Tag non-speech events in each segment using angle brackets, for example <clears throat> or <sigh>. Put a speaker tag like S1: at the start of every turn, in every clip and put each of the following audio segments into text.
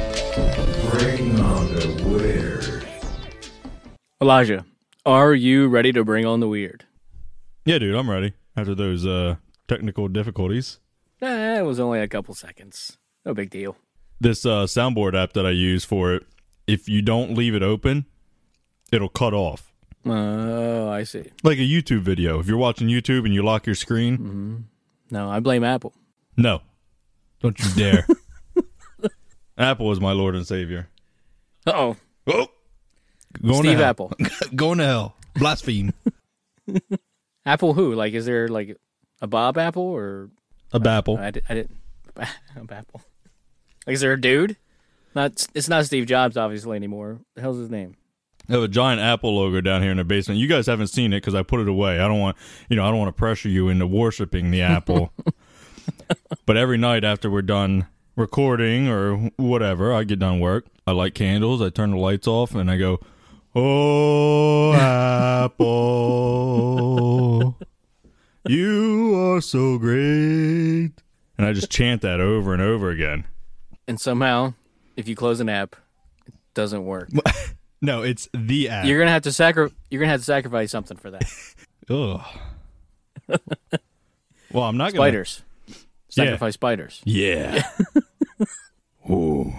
S1: Bring on the weird.
S2: Elijah, are you ready to bring on the weird?
S3: Yeah, dude, I'm ready after those uh, technical difficulties.
S2: Nah, it was only a couple seconds. No big deal.
S3: This uh, soundboard app that I use for it, if you don't leave it open, it'll cut off.
S2: Oh, I see.
S3: Like a YouTube video. If you're watching YouTube and you lock your screen,
S2: Mm-hmm. No, I blame Apple.
S3: no. Don't you
S2: <laughs>
S3: dare. Apple is my Lord and Savior.
S2: Uh oh.
S3: Oh, going
S2: Steve
S3: to hell.
S2: Apple.
S3: <laughs> Going to hell.
S2: <laughs>
S3: Blaspheme.
S2: Apple who? Like, is there like a Bob Apple or
S3: A bapple.
S2: I, di- I didn't <laughs> a Apple? Like, is there a dude? Not. It's not Steve Jobs, obviously anymore. The hell's his name?
S3: I have a giant Apple logo down here in the basement. You guys haven't seen it because I put it away. I don't want, you know, I don't want to pressure you into worshiping the <laughs> Apple. but every night after we're done recording or whatever, I get done work. I light candles. I turn the lights off, and I go, <laughs> "Oh, Apple, you are so great." And I just chant that over and over again.
S2: And somehow, if you close an app, it doesn't work.
S3: No, it's the app.
S2: You're gonna have to sacri- You're gonna have to sacrifice something for that.
S3: <laughs> Ugh. well, I'm not going to
S2: Spiders. Sacrifice spiders.
S3: Yeah. <laughs> Ooh.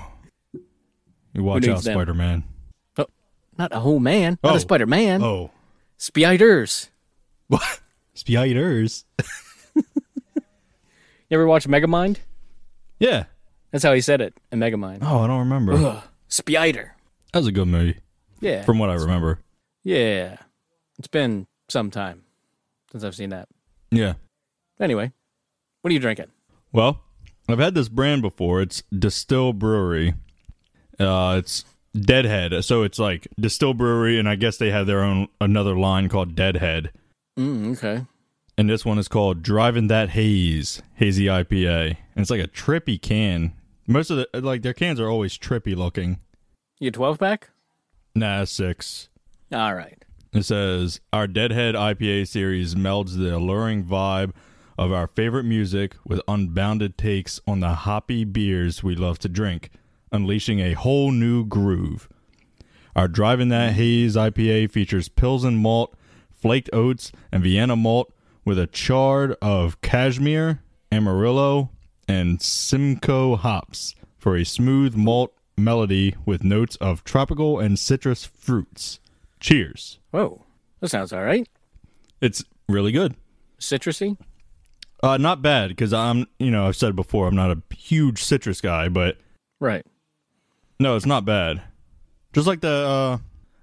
S3: You watch
S2: needs
S3: out,
S2: them?
S3: Spider Man.
S2: Oh, Not a whole man. Not
S3: Oh.
S2: a Spider Man.
S3: Oh.
S2: Spiders.
S3: Spiders.
S2: You ever watch Megamind?
S3: Yeah.
S2: That's how he said it in Megamind.
S3: Oh, I don't remember. that
S2: Spider.
S3: was a good movie,
S2: Yeah.
S3: from what I remember.
S2: yeah. It's been some time since I've seen that.
S3: Yeah.
S2: Anyway, what are you drinking?
S3: Well, I've had this brand before. It's Distill Brewery. Uh, it's Deadhead. So it's like Distill Brewery, and I guess they have their own another line called Deadhead.
S2: Mm, okay.
S3: And this one is called Driving That Haze, Hazy IPA. And it's like a trippy can. Most of the, like, their cans are always trippy looking.
S2: You a 12 pack?
S3: Nah, six.
S2: All right.
S3: It says our Deadhead IPA series melds the alluring vibe of our favorite music with unbounded takes on the hoppy beers we love to drink, unleashing a whole new groove. Our Driving That Haze IPA features Pilsen malt, flaked oats, and Vienna malt with a chard of cashmere, amarillo, and Simcoe hops for a smooth malt melody with notes of tropical and citrus fruits. Cheers.
S2: Whoa. That sounds all right.
S3: It's really good.
S2: Citrusy?
S3: Uh, not bad because I'm, you know, I've said before I'm not a huge citrus guy, but
S2: Right.
S3: no, it's not bad. Just like the, uh,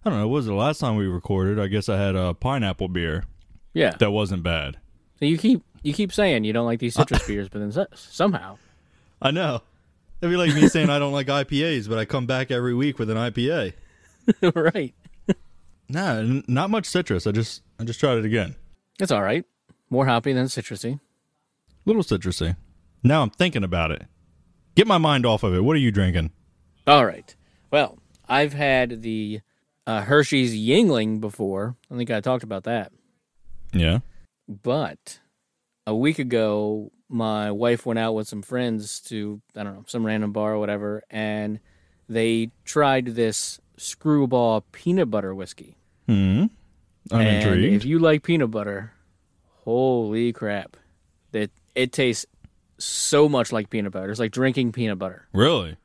S3: I don't know, what was the last time we recorded? I guess I had a pineapple beer
S2: Yeah.
S3: that wasn't bad.
S2: So you keep you keep saying you don't like these
S3: <laughs>
S2: citrus beers, but then so- somehow. <laughs>
S3: I know. It'd be like me saying I don't like IPAs, but I come back every week with an IPA.
S2: right.
S3: Nah, n- not much citrus. I just, I just tried it again.
S2: It's all right. More hoppy than citrusy.
S3: Little citrusy. Now I'm thinking about it. Get my mind off of it. What are you drinking?
S2: All right. Well, I've had the uh, Hershey's Yingling before. I think I talked about that.
S3: Yeah.
S2: But a week ago, my wife went out with some friends to, I don't know, some random bar or whatever, and they tried this screwball peanut butter whiskey.
S3: I'm
S2: and
S3: intrigued.
S2: If you like peanut butter, holy crap. That it tastes so much like peanut butter. It's like drinking peanut butter.
S3: Really?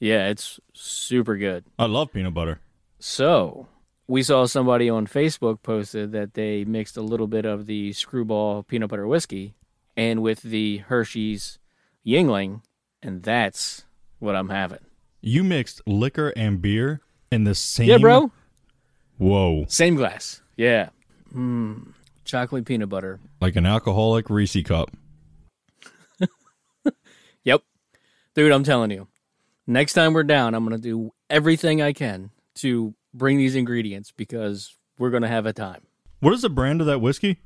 S2: Yeah, it's super good.
S3: I love peanut butter.
S2: So we saw somebody on Facebook posted that they mixed a little bit of the screwball peanut butter whiskey and with the Hershey's Yingling, and that's what I'm having.
S3: You mixed liquor and beer in the same.
S2: Yeah, bro.
S3: Whoa.
S2: Same glass. Yeah. Mm, chocolate peanut butter.
S3: Like an alcoholic Reese cup.
S2: Yep. Dude, I'm telling you. Next time we're down, I'm going to do everything I can to bring these ingredients because we're going to have a time.
S3: What is the brand of that whiskey?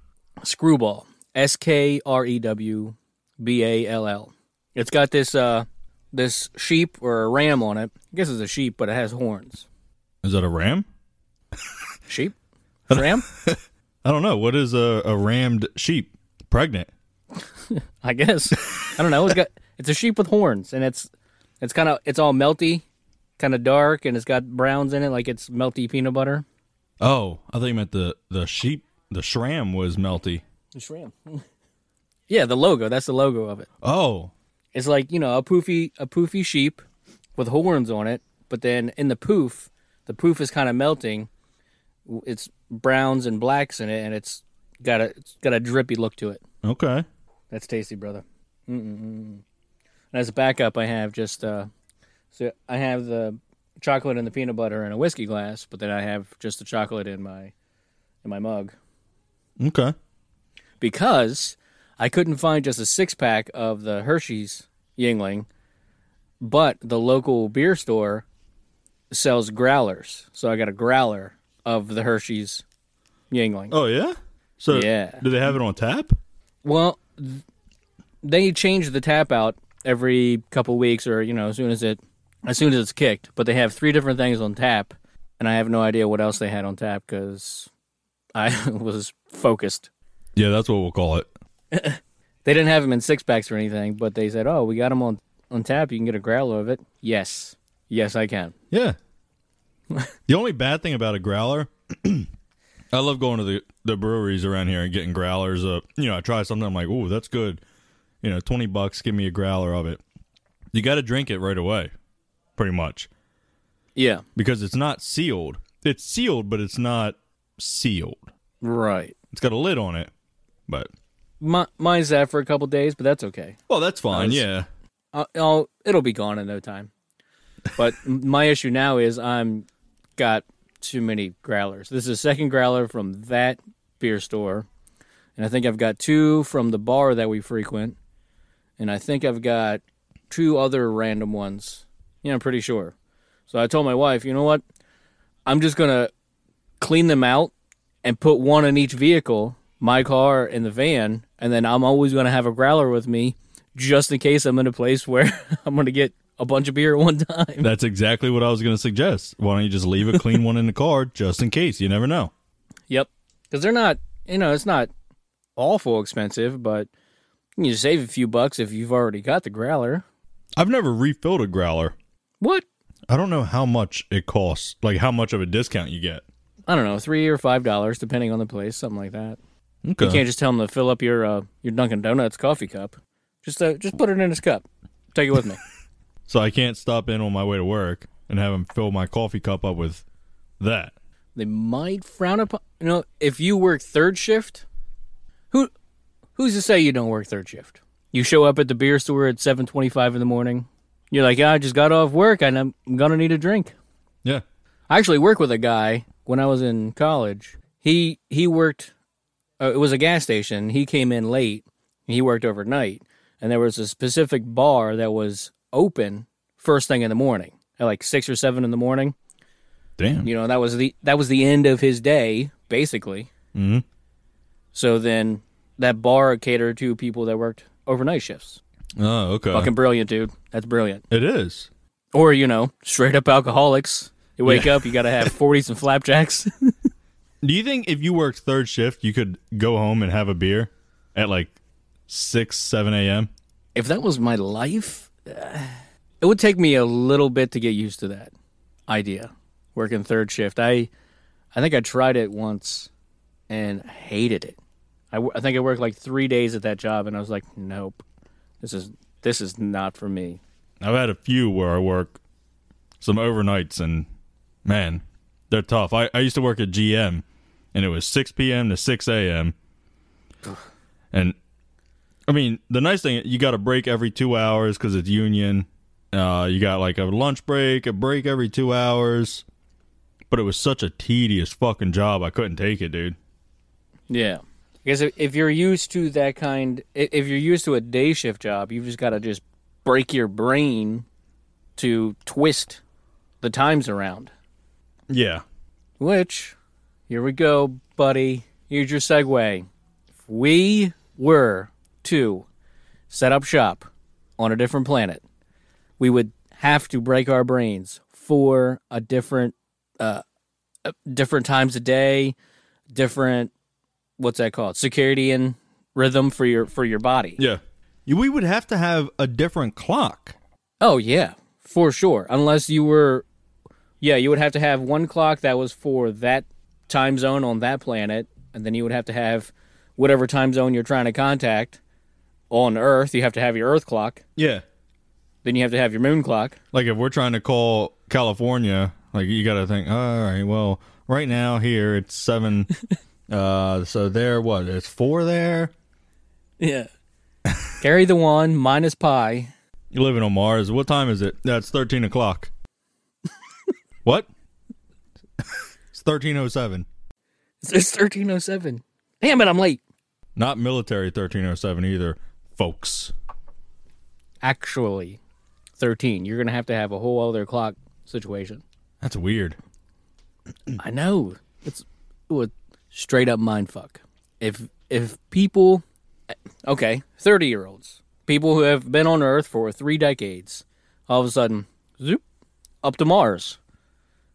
S2: Screwball. S K R E W B A L L. It's got this uh this sheep or a ram on it. I guess it's a sheep, but it has horns.
S3: Is that a ram?
S2: Sheep? Ram?
S3: I don't know. What is a, a rammed sheep? Pregnant.
S2: I guess. I don't know. It's got it's a sheep with horns, and it's it's kind of it's all melty, kind of dark, and it's got browns in it, like it's melty peanut butter.
S3: Oh, I thought you meant the, the sheep, the shram was melty.
S2: shrimp. yeah, the logo. That's the logo of it.
S3: Oh,
S2: It's like you know a poofy a poofy sheep with horns on it, but then in the poof, the poof is kind of melting. W- It's browns and blacks in it, and it's got a it's got a drippy look to it.
S3: okay.
S2: That's tasty, brother. Mm-mm-mm. And as a backup, I have just uh, so I have the chocolate and the peanut butter in a whiskey glass, but then I have just the chocolate in my in my mug
S3: Okay.
S2: because I couldn't find just a six pack of the Hershey's Yingling, but the local beer store sells growlers, so I got a growler of the Hershey's Yingling.
S3: Oh, yeah? So,
S2: Yeah.
S3: do they have it on tap?
S2: Well, th- they change the tap out every couple weeks, or you know, as soon as it, as soon as it's kicked. But they have three different things on tap, and I have no idea what else they had on tap because I <laughs> was focused.
S3: Yeah, that's what we'll call it.
S2: They didn't have them in six packs or anything, but they said, "Oh, we got them on on tap. You can get a growler of it." Yes, yes, I can.
S3: Yeah. the only bad thing about a growler, <clears throat> I love going to the, the breweries around here and getting growlers. Uh, you know, I try something, I'm like, ooh, that's good. You know, 20 bucks, give me a growler of it. You got to drink it right away, pretty much,
S2: Yeah,
S3: because it's not sealed. It's sealed, but it's not sealed.
S2: right.
S3: It's got a lid on it, but,
S2: My, mine's that for a couple days, but that's okay.
S3: well, that's fine.
S2: Nice.
S3: Yeah.
S2: I'll, I'll it'll be gone in no time. But <laughs> m- my issue now is I'm got too many growlers. This is the second growler from that beer store, and I think I've got two from the bar that we frequent, and I think I've got two other random ones. Yeah, I'm pretty sure. So I told my wife, you know what? I'm just gonna clean them out and put one in each vehicle, my car and the van, and then I'm always going to have a growler with me just in case I'm in a place <laughs> where I'm going to get a bunch of beer at one <laughs> time.
S3: That's exactly what I was going to suggest. Why don't you just leave a clean one in the car just in case? You never know.
S2: Yep. Because they're not, you know, it's not awful expensive, but you save a few bucks if you've already got the growler.
S3: I've never refilled a growler.
S2: What?
S3: I don't know how much it costs, like how much of a discount you get.
S2: I don't know, three or five dollars, depending on the place, something like that.
S3: Okay.
S2: You can't just tell him to fill up your uh, your Dunkin' Donuts coffee cup. Just uh, just put it in his cup. Take it with me.
S3: so I can't stop in on my way to work and have him fill my coffee cup up with that.
S2: they might frown upon you know if you work third shift who who's to say you don't work third shift you show up at the beer store at 7.25 in the morning you're like yeah, i just got off work and i'm gonna need a drink
S3: Yeah.
S2: i actually worked with a guy when i was in college he he worked uh, it was a gas station he came in late and he worked overnight and there was a specific bar that was open first thing in the morning at like six or seven in the morning
S3: Damn.
S2: you know that was the that was the end of his day basically
S3: Mhm.
S2: so then that bar catered to people that worked overnight shifts
S3: Oh, okay.
S2: fucking brilliant dude that's brilliant
S3: It is.
S2: or you know straight up alcoholics you wake up you gotta have 40s and flapjacks
S3: Do you think if you worked third shift, you could go home and have a beer at like 6, 7 a.m.?
S2: if that was my life uh, it would take me a little bit to get used to that idea working third shift i i think i tried it once and hated it I w I I think i worked like three days at that job and i was like nope This is this is not for me.
S3: I've had a few where I work some overnights, and man, they're tough. I, I used to work at GM, and it was 6 p.m. to 6 a.m. And I mean, the nice thing you got a break every two hours because it's union. Uh, you got like a lunch break, a break every two hours. But it was such a tedious fucking job. I couldn't take it, dude.
S2: Yeah. I guess if, if you're used to that kind, i- if you're used to a day shift job, you've just got to just break your brain to twist the times around.
S3: Yeah,
S2: Which, here we go, buddy. Here's your segue. If we were to set up shop on a different planet, we would have to break our brains for a different, uh, uh, different times a day, different, what's that called? Circadian rhythm for your for your body.
S3: yeah. We would have to have a different clock.
S2: Oh yeah, for sure. Unless you were, yeah, you would have to have one clock that was for that time zone on that planet, and then you would have to have whatever time zone you're trying to contact on Earth. You have to have your Earth clock.
S3: Yeah,
S2: Then you have to have your Moon clock.
S3: Like if we're trying to call California, like you got to think, all right, well, right now here it's seven. uh, so there, what? It's four there.
S2: Yeah. <laughs> Carry the one minus pi.
S3: You're living on Mars. What time is it? That's thirteen o'clock. what? it's thirteen oh seven.
S2: It's thirteen oh seven. Damn it, I'm late.
S3: Not military thirteen oh seven either, folks.
S2: Actually, thirteen. You're gonna have to have a whole other clock situation.
S3: That's weird.
S2: I know. It's ooh, a straight up mind fuck. If if people okay, 30 year olds, people who have been on earth for 3 decades, all of a sudden, zoop, up to Mars.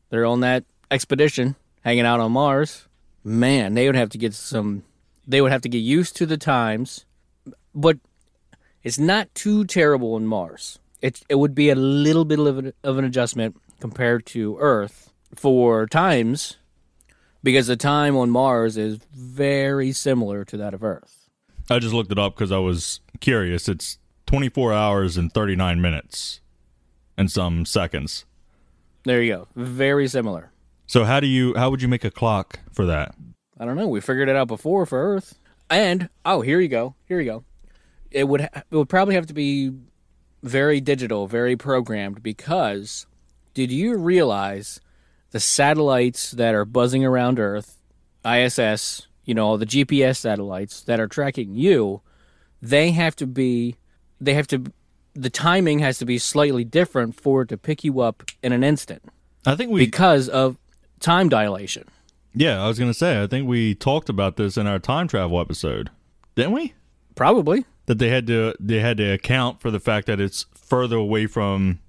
S2: They're on that expedition, hanging out on Mars. Man, they would have to get some they would have to get used to the times. But it's not too terrible on Mars. It it would be a little bit of an, of an adjustment compared to Earth for times, because the time on Mars is very similar to that of Earth.
S3: I just looked it up because I was curious. It's twenty four hours and thirty nine minutes, and some seconds.
S2: There you go, very similar.
S3: So how do you how would you make a clock for that?
S2: I don't know. We figured it out before for Earth, and oh, here you go, here you go. It would ha- it would probably have to be very digital, very programmed. Because did you realize the satellites that are buzzing around Earth, ISS, you know, all the GPS satellites that are tracking you, they have to be, they have to, the timing has to be slightly different for it to pick you up in an instant
S3: I think we
S2: because of time dilation.
S3: yeah, I was gonna say I think we talked about this in our time travel episode, didn't we?
S2: Probably.
S3: That they had to they had to account for the fact that it's further away from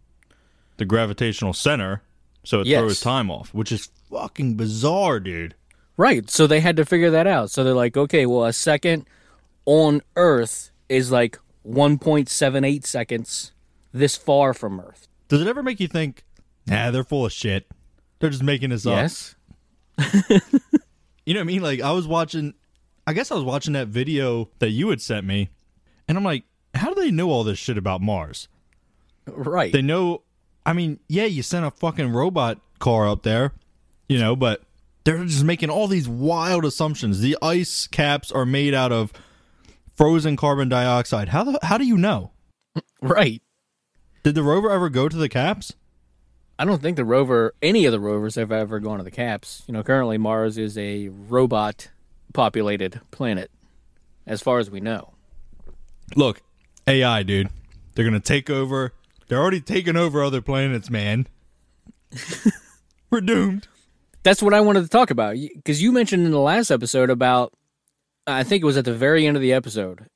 S3: the gravitational center, so it
S2: Yes.
S3: throws time off, which is fucking bizarre, dude.
S2: Right. So they had to figure that out. So they're like, okay, well, a second on Earth is like 1.78 seconds this far from Earth.
S3: Does it ever make you think? Nah, they're full of shit. They're just making this up.
S2: Yes.
S3: You know what I mean? Like I was watching I guess I was watching that video that you had sent me and I'm like, how do they know all this shit about Mars?
S2: Right.
S3: They know I mean, yeah, you sent a fucking robot car up there, you know, but they're just making all these wild assumptions. The ice caps are made out of frozen carbon dioxide. How the how do you know?
S2: right.
S3: Did the rover ever go to the caps?
S2: I don't think the rover, any of the rovers, have ever gone to the caps. You know, currently Mars is a robot populated planet, as far as we know.
S3: Look, AI, dude. They're going to take over. They're already taking over other planets, man. <laughs> We're doomed.
S2: That's what I wanted to talk about because you mentioned in the last episode about, I think it was at the very end of the episode,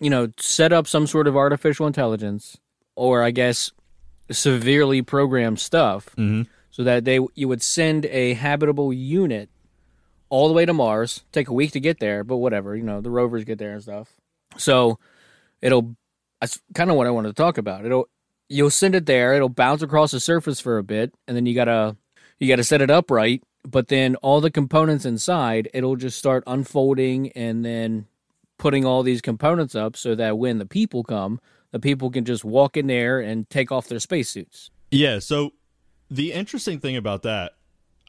S2: you know, set up some sort of artificial intelligence or I guess severely programmed stuff so that they you would send a habitable unit all the way to Mars, take a week to get there, but whatever, you know, the rovers get there and stuff. So it'll that's kind of what I wanted to talk about. It'll you'll send it there, it'll bounce across the surface for a bit, and then you gotta you gotta set it up right. But then all the components inside, it'll just start unfolding and then putting all these components up so that when the people come, the people can just walk in there and take off their spacesuits.
S3: Yeah, so the interesting thing about that,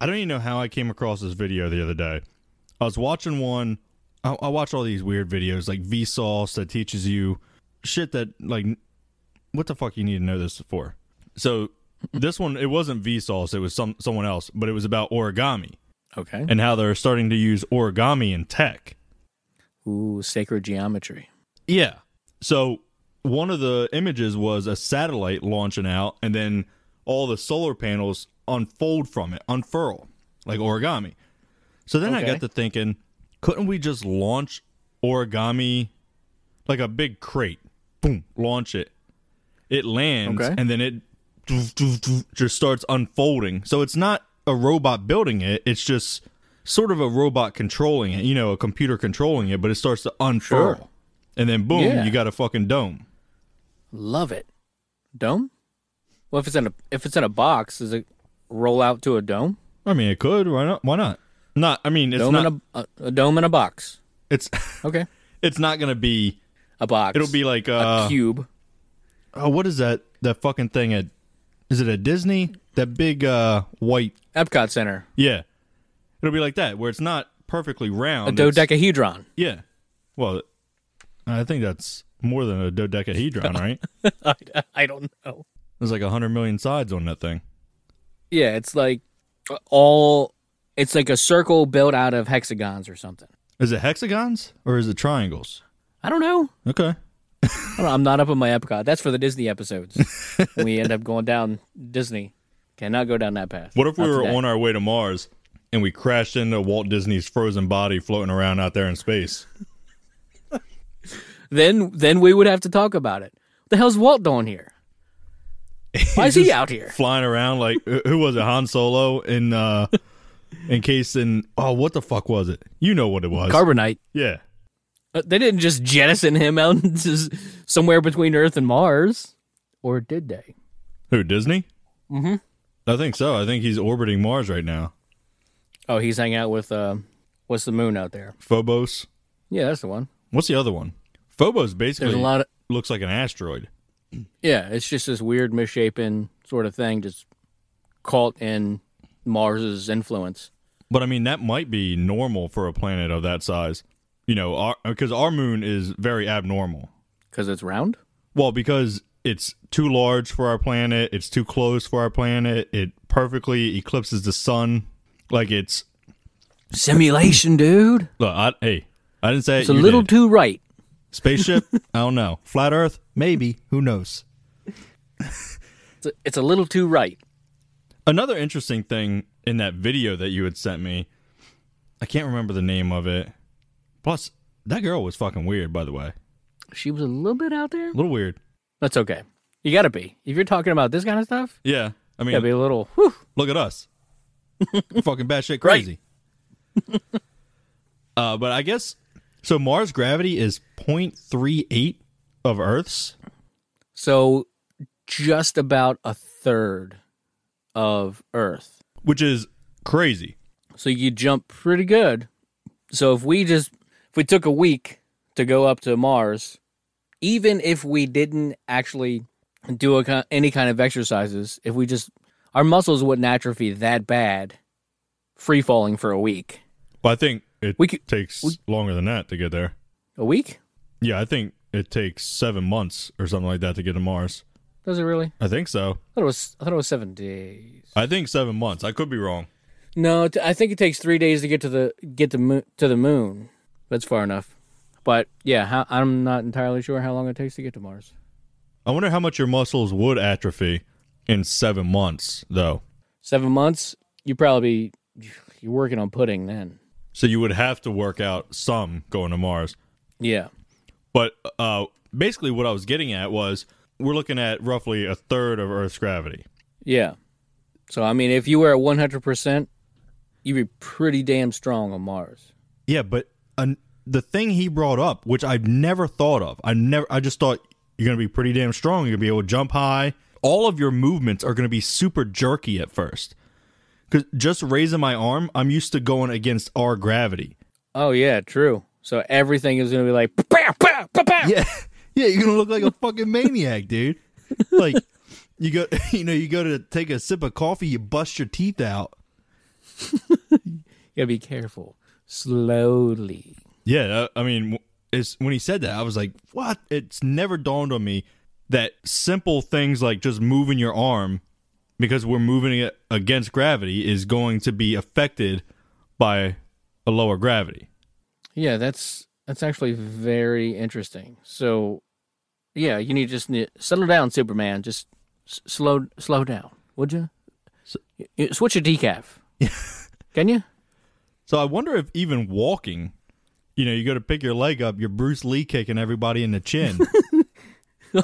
S3: I don't even know how I came across this video the other day. I was watching one. I, I watch all these weird videos like Vsauce that teaches you shit that like, what the fuck you need to know this for. So this one, it wasn't Vsauce, it was some someone else, but it was about origami
S2: Okay.
S3: and how they're starting to use origami in tech.
S2: Ooh, sacred geometry.
S3: Yeah. So one of the images was a satellite launching out, and then all the solar panels unfold from it, unfurl like origami. So then I
S2: Okay.
S3: got to thinking, couldn't we just launch origami like a big crate? Boom, launch it. It lands,
S2: Okay.
S3: and then it just starts unfolding. So it's not a robot building it; it's just sort of a robot controlling it. You know, a computer controlling it, but it starts to unfurl,
S2: Sure.
S3: and then boom,
S2: Yeah.
S3: you got a fucking dome.
S2: Love it. Dome? Well, if it's in a if it's in a box, does it roll out to a dome?
S3: I mean, it could. Why not? Why not? Not. I mean, it's
S2: dome
S3: not.
S2: in a, a, a dome in a box.
S3: it's <laughs>
S2: Okay.
S3: it's not gonna be.
S2: A box.
S3: It'll be like uh,
S2: a cube.
S3: oh, what is that? That fucking thing at? Is it at Disney? That big uh white?
S2: Epcot Center.
S3: Yeah, it'll be like that where it's not perfectly round.
S2: A
S3: it's-
S2: dodecahedron. <laughs>
S3: Yeah. Well, I think that's more than
S2: <laughs>
S3: a dodecahedron, right?
S2: I, I don't know.
S3: There's like hundred million sides on that thing.
S2: Yeah, it's like all it's like a circle built out of hexagons or something.
S3: Is it hexagons or is it triangles?
S2: I don't know.
S3: Okay.
S2: I don't know. I'm not up on my Epcot. That's for the Disney
S3: <laughs>
S2: episodes. we end up going down Disney. Cannot go down that path.
S3: What if we
S2: Not
S3: were
S2: today.
S3: on our way to Mars and we crashed into Walt Disney's frozen body floating around out there in space?
S2: Then then we would have to talk about it. What the hell's Walt doing
S3: <laughs>
S2: here? Why is he out here?
S3: Flying around like who was it? Han Solo in uh encased in oh what the fuck was it? You know what it was.
S2: Carbonite.
S3: yeah.
S2: Uh, They didn't just jettison him out <laughs> into s- somewhere between Earth and Mars, or did they?
S3: Who, Disney? Mm-hmm. I think so. I think he's orbiting Mars right now.
S2: Oh, he's hanging out with uh, what's the moon out there?
S3: Phobos.
S2: Yeah, that's the one.
S3: What's the other one? Phobos basically
S2: There's a lot of
S3: looks like an asteroid.
S2: yeah. It's just this weird misshapen sort of thing, just caught in Mars's influence.
S3: But I mean, that might be normal for a planet of that size. You know, our because our moon is very abnormal.
S2: Because it's round?
S3: Well, because it's too large for our planet, it's too close for our planet. It perfectly eclipses the sun. Like it's
S2: Simulation, dude.
S3: look, I, hey, I didn't say
S2: It's
S3: it,
S2: a
S3: you
S2: little
S3: did.
S2: too right. <laughs>
S3: spaceship. I don't know. Flat Earth, maybe. Who knows?
S2: It's a, it's a little too right.
S3: Another interesting thing in that video that you had sent me, I can't remember the name of it. Plus, that girl was fucking weird, by the way.
S2: She was a little bit out there.
S3: A little weird.
S2: That's okay. You gotta be. If you're talking about this kind of stuff,
S3: Yeah. I
S2: you
S3: mean,
S2: gotta be a little. Whew.
S3: look
S2: <laughs>
S3: at us. We're fucking batshit crazy. <laughs> uh, but I guess so Mars gravity is 0.38 of Earth's.
S2: So, just about a third of Earth.
S3: Which is crazy.
S2: So you jump pretty good. So if we just if we took a week to go up to Mars, even if we didn't actually do a, ki- any kind of exercises, if we just our muscles wouldn't atrophy that bad, free falling for a week.
S3: Well, I think it
S2: We could-
S3: takes
S2: we-
S3: longer than that to get there.
S2: A week?
S3: Yeah, I think it takes seven months or something like that to get to Mars.
S2: Does it really?
S3: I think so.
S2: I thought it was I thought it was seven days.
S3: I think seven months. I could be wrong.
S2: No, t- I think it takes three days to get to the get the moon to the moon. That's far enough. But yeah, how, I'm not entirely sure how long it takes to get to Mars.
S3: I wonder how much your muscles would atrophy in seven months, though.
S2: Seven months, you probably you're working on pudding then.
S3: So you would have to work out some going to Mars.
S2: Yeah,
S3: But uh, basically, what I was getting at was we're looking at roughly a third of Earth's gravity.
S2: yeah. So I mean, if you were at 100, percent you'd be pretty damn strong on Mars.
S3: Yeah, but an, the thing he brought up, which I've never thought of, I never, I just thought you're going to be pretty damn strong. You're going to be able to jump high. All of your movements are going to be super jerky at first. Because just raising my arm, I'm used to going against our gravity.
S2: Oh yeah, true. So everything is going to be like, pow, pow, pow, pow.
S3: <laughs> Yeah, yeah, you're gonna look like a fucking maniac, <laughs> dude. Like you go, <laughs> you know, you go to take a sip of coffee, you bust your teeth out.
S2: You got to be careful. Slowly.
S3: Yeah, uh, I I mean, w- it's when he said that, I was like, "What?" It's never dawned on me that simple things like just moving your arm because we're moving it against gravity is going to be affected by a lower gravity.
S2: Yeah, that's that's actually very interesting. So, yeah, you need just need, settle down, Superman. Just s- slow slow down, would you? Y- y- Switch your <laughs> decaf. Can you?
S3: So I wonder if even walking, you know, you go to pick your leg up, you're Bruce Lee kicking everybody in the chin.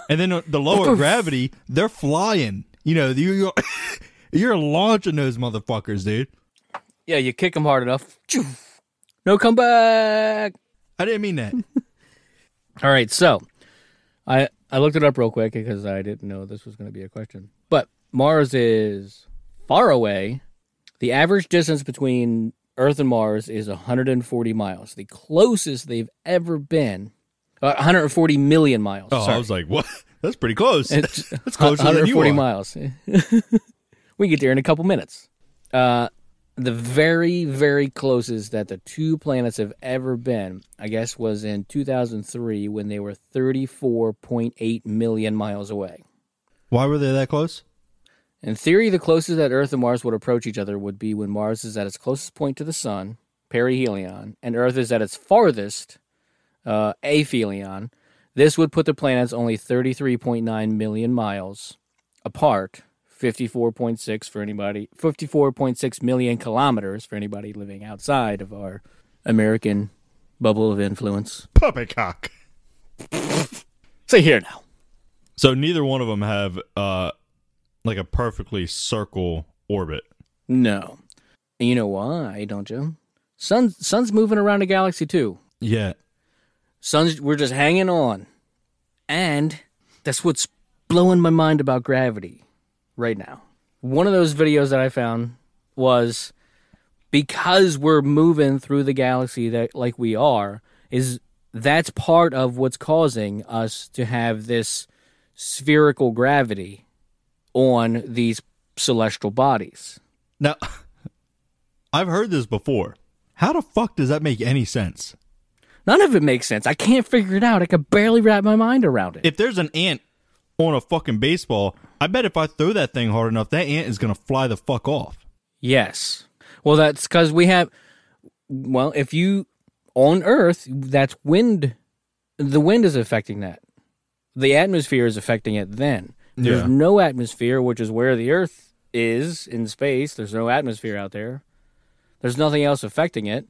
S3: and then uh, the lower gravity, they're flying. You know, you- you're, <laughs> you're launching those motherfuckers, dude.
S2: Yeah, you kick him hard enough. Choo. No comeback.
S3: I didn't mean that.
S2: All right, so I I looked it up real quick because I didn't know this was going to be a question. But Mars is far away. The average distance between Earth and Mars is 140 miles. The closest they've ever been, uh, 140 million miles.
S3: Oh,
S2: sorry.
S3: I was like, what? <laughs> That's pretty close.
S2: It's
S3: <laughs> That's closer than you
S2: 140
S3: are.
S2: miles. <laughs> we get there in a couple minutes. Uh, the very, very closest that the two planets have ever been, I guess, was in 2003 when they were 34.8 million miles away.
S3: Why were they that close?
S2: In theory, the closest that Earth and Mars would approach each other would be when Mars is at its closest point to the Sun, perihelion, and Earth is at its farthest, uh, aphelion. This would put the planets only 33.9 million miles apart, 54.6 for anybody, 54.6 million kilometers for anybody living outside of our American bubble of influence.
S3: Puppycock.
S2: Say here now.
S3: So neither one of them have uh, like a perfectly circle orbit.
S2: No. And you know why, don't you? Sun, sun's moving around the galaxy too.
S3: Yeah.
S2: Sun's we're just hanging on. And that's what's blowing my mind about gravity right now. One of those videos that I found was because we're moving through the galaxy that like we are is that's part of what's causing us to have this spherical gravity on these celestial bodies.
S3: Now, <laughs> I've heard this before. How the fuck does that make any sense?
S2: None of it makes sense. I can't figure it out. I could barely wrap my mind around it.
S3: If there's an ant on a fucking baseball, I bet if I throw that thing hard enough, that ant is gonna fly the fuck off.
S2: Yes. Well, that's because we have. Well, if you on Earth, that's wind. The wind is affecting that. The atmosphere is affecting it. Then there's
S3: Yeah.
S2: no atmosphere, which is where the Earth is in space. There's no atmosphere out there. There's nothing else affecting it.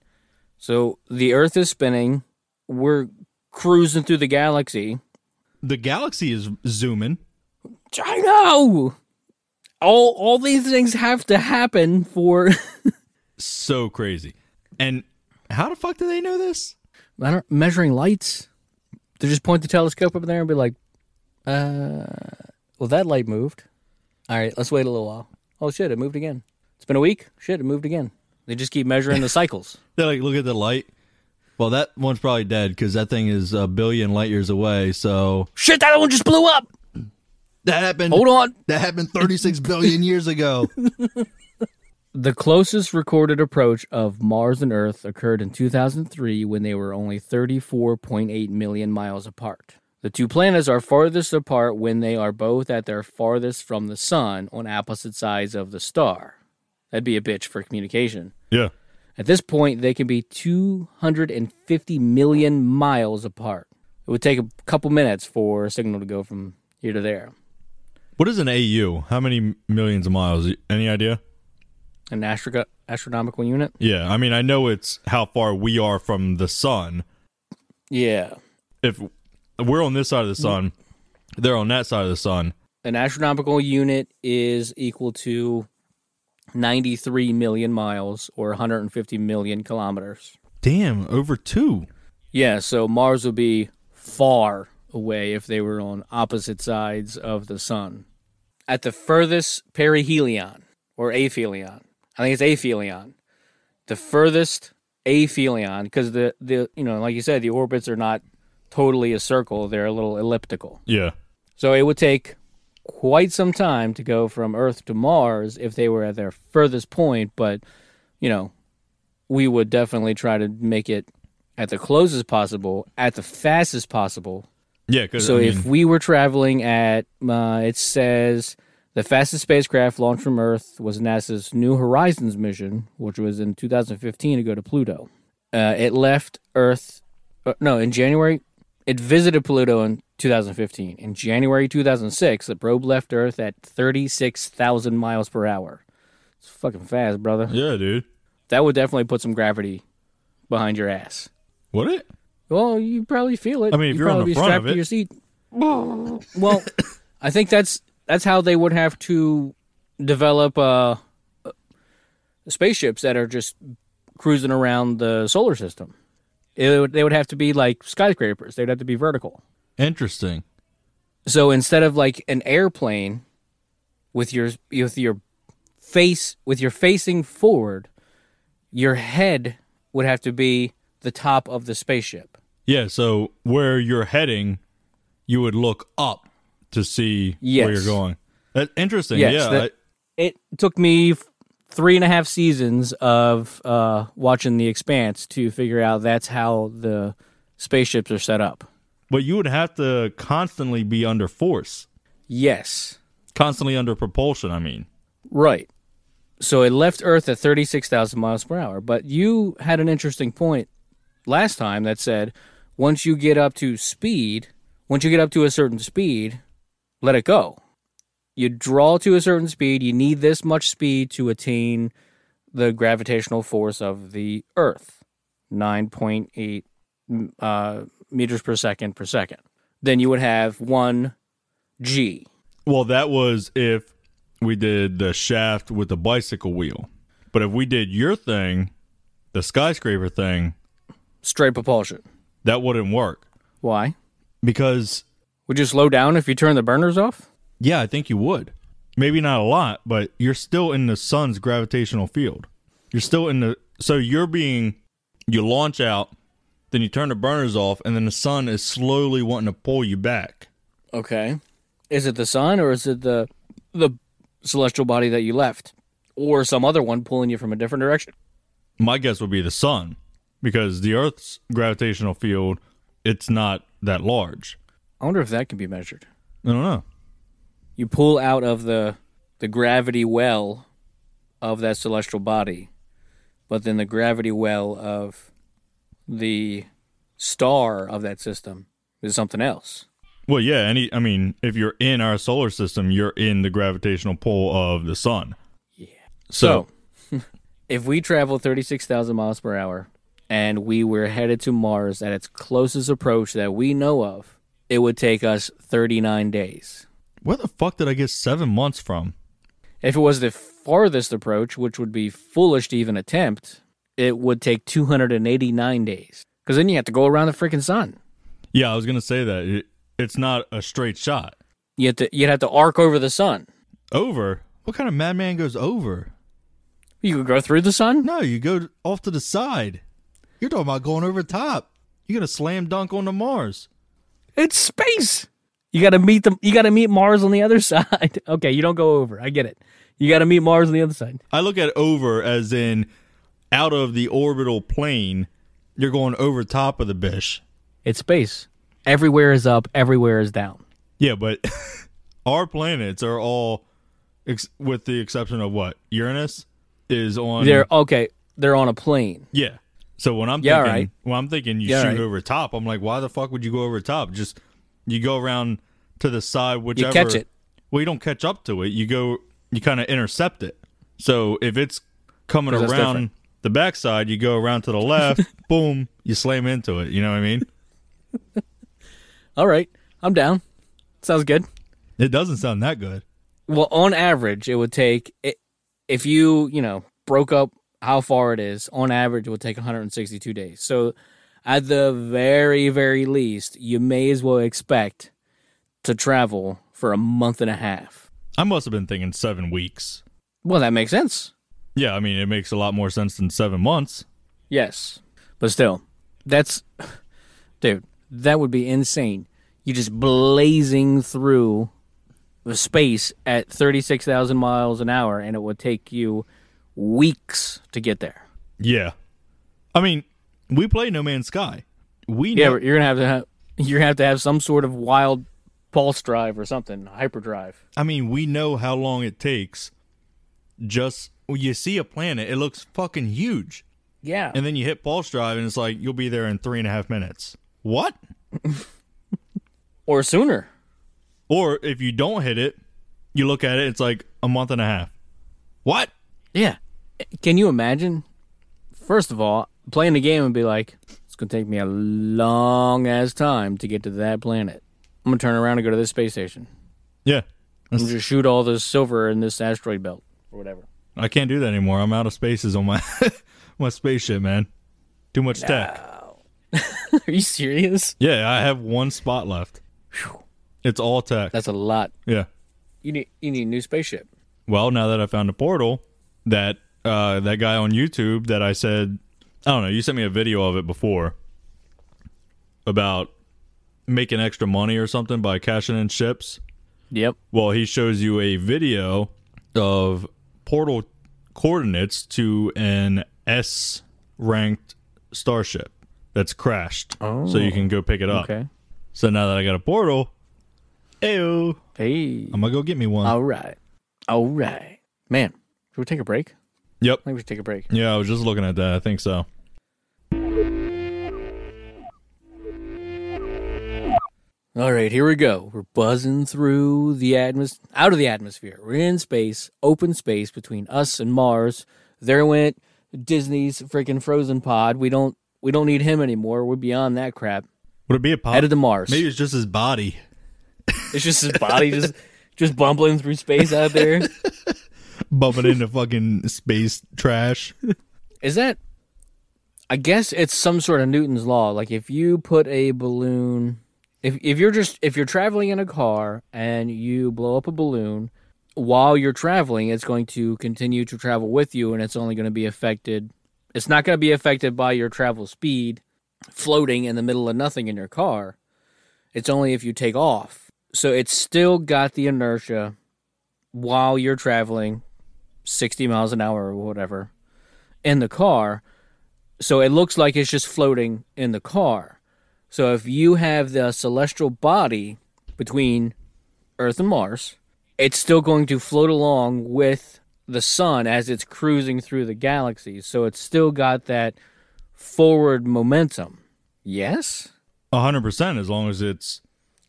S2: So the Earth is spinning. We're cruising through the galaxy.
S3: The galaxy is zooming.
S2: I know. All all these things have to happen for. <laughs>
S3: So crazy. And how the fuck do they know this?
S2: I don't measuring lights. They just point the telescope up there and be like, uh, well, that light moved. All right, let's wait a little while. Oh shit, it moved again. It's been a week. Shit, it moved again. They just keep measuring the <laughs> cycles.
S3: They like look at the light. Well, that one's probably dead because that thing is a billion light years away. So
S2: Shit, that one just blew up.
S3: that happened.
S2: Hold on.
S3: That happened <laughs> 36 billion years ago.
S2: The closest recorded approach of Mars and Earth occurred in 2003 when they were only 34.8 million miles apart. The two planets are farthest apart when they are both at their farthest from the sun on opposite sides of the star. That'd be a bitch for communication.
S3: Yeah.
S2: At this point, they can be 250 million miles apart. It would take a couple minutes for a signal to go from here to there.
S3: What is an AU? How many millions of miles? Any idea?
S2: An astro- astronomical unit?
S3: Yeah, I mean, I know it's how far we are from the sun.
S2: Yeah.
S3: If we're on this side of the sun, they're on that side of the sun.
S2: an astronomical unit is equal to 93 million miles or 150 million kilometers.
S3: Damn, over two.
S2: Yeah, so Mars would be far away if they were on opposite sides of the sun. At the furthest perihelion or aphelion, I think it's aphelion, the furthest aphelion because the the you know like you said the orbits are not totally a circle they're a little elliptical
S3: Yeah.
S2: so it would take quite some time to go from earth to mars if they were at their furthest point but you know we would definitely try to make it at the closest possible at the fastest possible
S3: Yeah. 'cause,
S2: so
S3: I
S2: if
S3: mean,
S2: we were traveling at, uh, it says the fastest spacecraft launched from Earth was NASA's New Horizons mission, which was in 2015 to go to Pluto. Uh, it left Earth, uh, no, in January. It visited Pluto in 2015. In January 2006, the probe left Earth at 36,000 miles per hour. It's fucking fast, brother.
S3: yeah, dude.
S2: That would definitely put some gravity behind your ass.
S3: Would it?
S2: Well, you probably feel it.
S3: I mean, if
S2: You'd
S3: you're on
S2: probably
S3: the front
S2: be strapped
S3: of
S2: to
S3: it.
S2: your seat. well, I think that's that's how they would have to develop uh, spaceships that are just cruising around the solar system. It would, they would have to be like skyscrapers. They'd have to be vertical.
S3: Interesting.
S2: So instead of like an airplane with your with your face with your facing forward, your head would have to be the top of the spaceship.
S3: Yeah. So where you're heading, you would look up to see where you're
S2: Yes.
S3: going. That's interesting.
S2: Yes,
S3: yeah.
S2: that- it took me f- three and a half seasons of uh, watching The Expanse to figure out that's how the spaceships are set up.
S3: But you would have to constantly be under force,
S2: Yes,
S3: constantly under propulsion. I mean,
S2: right. So it left Earth at 36,000 miles per hour. But you had an interesting point last time that said once you get up to speed, once you get up to a certain speed, let it go. You draw to a certain speed, you need this much speed to attain the gravitational force of the Earth 9.8 m- uh, meters per second per second. Then you would have 1 G.
S3: well, that was if we did the shaft with the bicycle wheel. But if we did your thing, the skyscraper thing,
S2: Straight propulsion.
S3: that wouldn't work
S2: Why?
S3: because
S2: Would you slow down if you turn the burners off?
S3: yeah, I think you would. Maybe not a lot, but you're still in the sun's gravitational field. You're still in the so you're being you launch out, then you turn the burners off, and then the sun is slowly wanting to pull you back.
S2: Okay. Is it the sun or is it the the celestial body that you left or some other one pulling you from a different direction?
S3: my guess would be the sun because the earth's gravitational field it's not that large
S2: I wonder if that can be measured.
S3: i don't know
S2: You pull out of the the gravity well of that celestial body, but then the gravity well of the star of that system is something else.
S3: well yeah any i mean if you're in our solar system you're in the gravitational pull of the sun yeah so,
S2: So, <laughs> if we travel 36,000 miles per hour and we were headed to Mars at its closest approach that we know of, it would take us 39 days.
S3: where the fuck did i get seven months from
S2: If it was the farthest approach, which would be foolish to even attempt, it would take 289 days. Because then you have to go around the freaking sun.
S3: yeah i was gonna say that it, it's not a straight shot
S2: You have to, you'd have to arc over the sun.
S3: over what kind of madman goes over
S2: You could go through the sun?
S3: no you go off to the side you're talking about going over top you're gonna slam dunk onto mars
S2: It's space. You got to meet them. You got to meet Mars on the other <laughs> side. okay, you don't go over. I get it. You got to meet Mars on the other side.
S3: I look at over as in out of the orbital plane. You're going over top of the bish.
S2: It's space. Everywhere is up, everywhere is down.
S3: Yeah, but <laughs> our planets are all, ex- with the exception of what Uranus is on.
S2: They're okay, they're on a plane.
S3: yeah. So when I'm
S2: Yeah,
S3: thinking,
S2: alright.
S3: when I'm thinking you
S2: Yeah,
S3: shoot
S2: alright.
S3: over top, I'm like, why the fuck would you go over top? Just you go around to the side, whichever.
S2: catch it.
S3: Well, you don't catch up to it. You go, you kind of intercept it. So if it's coming
S2: 'Cause that's
S3: around
S2: different.
S3: the backside, you go around to the
S2: <laughs>
S3: left, boom, you slam into it. You know what I mean?
S2: All right, I'm down. Sounds good.
S3: It doesn't sound that good.
S2: Well, on average, it would take i- if you, you know, broke up how far it is, on average it would take 162 days. So at the very very least, you may as well expect to travel for a month and a half.
S3: I must have been thinking seven weeks.
S2: Well, that makes sense.
S3: Yeah, I mean, it makes a lot more sense than seven months.
S2: Yes, but still, that's, dude, that would be insane. You just blazing through the space at thirty six thousand miles an hour, and it would take you weeks to get there.
S3: Yeah. I mean, we play No Man's Sky. We
S2: Yeah,
S3: know,
S2: but you're gonna have to have you're gonna have to have some sort of wild pulse drive or something, hyperdrive.
S3: I mean, we know how long it takes. Just when you see a planet, it looks fucking huge,
S2: Yeah,
S3: and then you hit pulse drive, and it's like you'll be there in three and a half minutes. What?
S2: or sooner.
S3: Or if you don't hit it, you look at it, it's like a month and a half. What?
S2: Yeah. Can you imagine? First of all, playing the game would be like, it's going to take me a long ass time to get to that planet. I'm going to turn around and go to this space station.
S3: Yeah,
S2: I'm going to shoot all this silver in this asteroid belt or whatever. <laughs>
S3: I can't do that anymore. I'm out of spaces on my <laughs> my spaceship, man. Too much tech.
S2: Are you serious?
S3: Yeah, I have one spot left. It's all tech.
S2: That's a lot.
S3: yeah.
S2: You need you need a new spaceship.
S3: Well, now that I found a portal, that uh, that guy on YouTube that I said, I don't know, you sent me a video of it before about making extra money or something by cashing in ships.
S2: Yep.
S3: Well, he shows you a video of portal coordinates to an S ranked starship that's crashed, so you can go pick it up.
S2: Oh, Okay.
S3: So now that I got a portal, ayo,
S2: Hey.
S3: I'm gonna go get me one.
S2: All right. All right. Man, should we take a break? I
S3: yep.
S2: think we should take a break.
S3: Yeah, I was just looking at that. I think so.
S2: All right, here we go. We're buzzing through the atmos out of the atmosphere. We're in space, open space between us and Mars. There went Disney's freaking Frozen pod. We don't we don't need him anymore. We're beyond that crap.
S3: Would it be a pod?
S2: Headed to Mars.
S3: Maybe it's just his body.
S2: It's just his body just just bumbling through space out there.
S3: Bumping into fucking space trash.
S2: Is that I guess it's some sort of Newton's law. Like if you put a balloon if if you're just if you're traveling in a car and you blow up a balloon while you're traveling, it's going to continue to travel with you and it's only going to be affected it's not going to be affected by your travel speed floating in the middle of nothing in your car. It's only if you take off. So it's still got the inertia while you're traveling 60 miles an hour or whatever in the car. So it looks like it's just floating in the car. So if you have the celestial body between Earth and Mars, it's still going to float along with the sun as it's cruising through the galaxy. So it's still got that forward momentum. Yes?
S3: hundred percent. As long as it's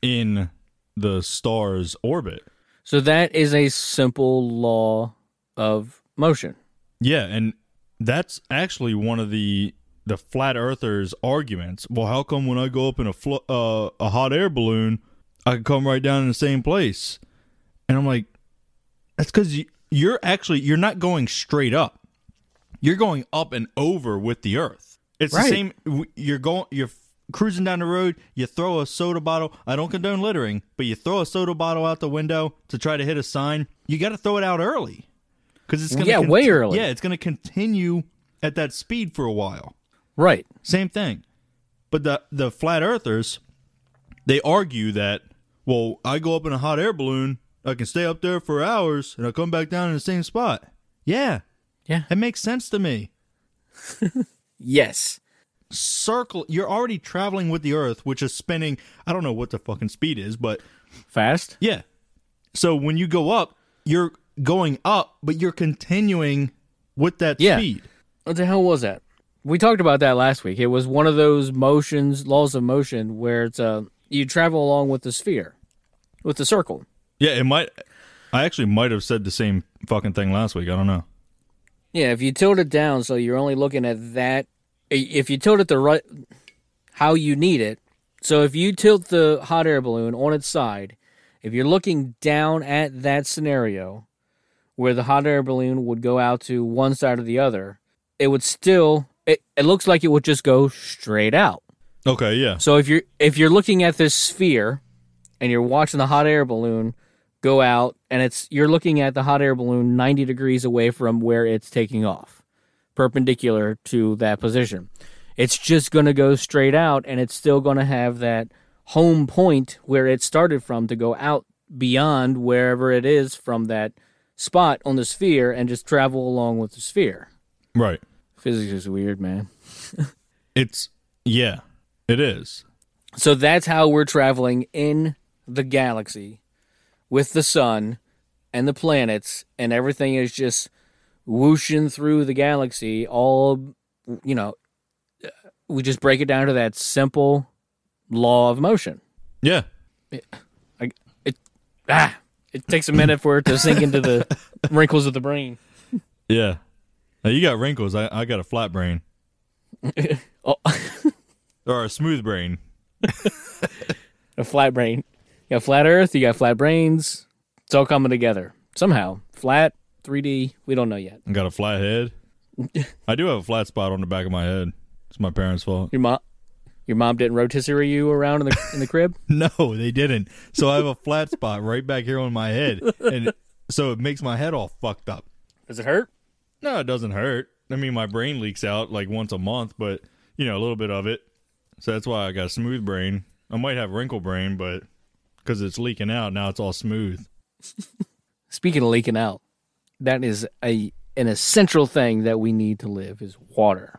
S3: in the star's orbit.
S2: So that is a simple law of motion.
S3: Yeah, and that's actually one of the the flat earthers' arguments. Well, how come when I go up in a flo- uh, a hot air balloon, I can come right down in the same place? And I'm like, that's because you, you're actually you're not going straight up. You're going up and over with the earth. It's
S2: Right.
S3: the same. w- You're going. You're f- cruising down the road. You throw a soda bottle. I don't condone littering, but you throw a soda bottle out the window to try to hit a sign. You got to throw it out early because it's gonna
S2: Yeah, way early.
S3: Yeah, it's gonna continue at that speed for a while.
S2: Right.
S3: Same thing. But the the flat earthers, they argue that well, I go up in a hot air balloon, I can stay up there for hours, and I come back down in the same spot. Yeah,
S2: Yeah.
S3: it makes sense to me.
S2: Yes.
S3: Circle, you're already traveling with the Earth, which is spinning. I don't know what the fucking speed is, but
S2: Fast?
S3: Yeah. So when you go up, you're going up, but you're continuing with that
S2: Yeah.
S3: speed.
S2: What the hell was that? We talked about that last week. It was one of those motions, laws of motion, where it's a you travel along with the sphere, with the circle.
S3: Yeah, it might. I actually might have said the same fucking thing last week. I don't know.
S2: Yeah, if you tilt it down, so you're only looking at that. i- If you tilt it the right, how you need it. So if you tilt the hot air balloon on its side, if you're looking down at that scenario, where the hot air balloon would go out to one side or the other, it would still. It, it looks like it would just go straight out.
S3: Okay, yeah.
S2: So if you're if you're looking at this sphere and you're watching the hot air balloon go out and it's you're looking at the hot air balloon 90 degrees away from where it's taking off perpendicular to that position. It's just going to go straight out and it's still going to have that home point where it started from to go out beyond wherever it is from that spot on the sphere and just travel along with the sphere.
S3: Right.
S2: Physics is weird, man.
S3: It's yeah, it is.
S2: So that's how we're traveling in the galaxy with the sun and the planets, and everything is just whooshing through the galaxy. All, you know, we just break it down to that simple law of motion.
S3: Yeah.
S2: I, it, ah, it takes a minute for it to sink into the wrinkles of the brain.
S3: Yeah. Now you got wrinkles. I, I got a flat <laughs> brain <laughs>
S2: Oh,
S3: or a smooth brain.
S2: a flat brain. You got flat Earth, you got flat brains. It's all coming together somehow. Flat, 3D, we don't know yet.
S3: I got a flat <laughs> head. I do have a flat spot on the back of my head. It's my parents' fault. <laughs>
S2: Your mom, your mom didn't rotisserie you around in the in the crib.
S3: No, they didn't. So I have a flat spot right back here on my head, and so it makes my head all fucked up.
S2: <laughs> Does it hurt?
S3: No, it doesn't hurt. I mean, my brain leaks out like once a month, but you know, a little bit of it. So that's why I got smooth brain. I might have wrinkle brain, but because it's leaking out now, it's all smooth.
S2: Speaking of leaking out, that is a an essential thing that we need to live is water.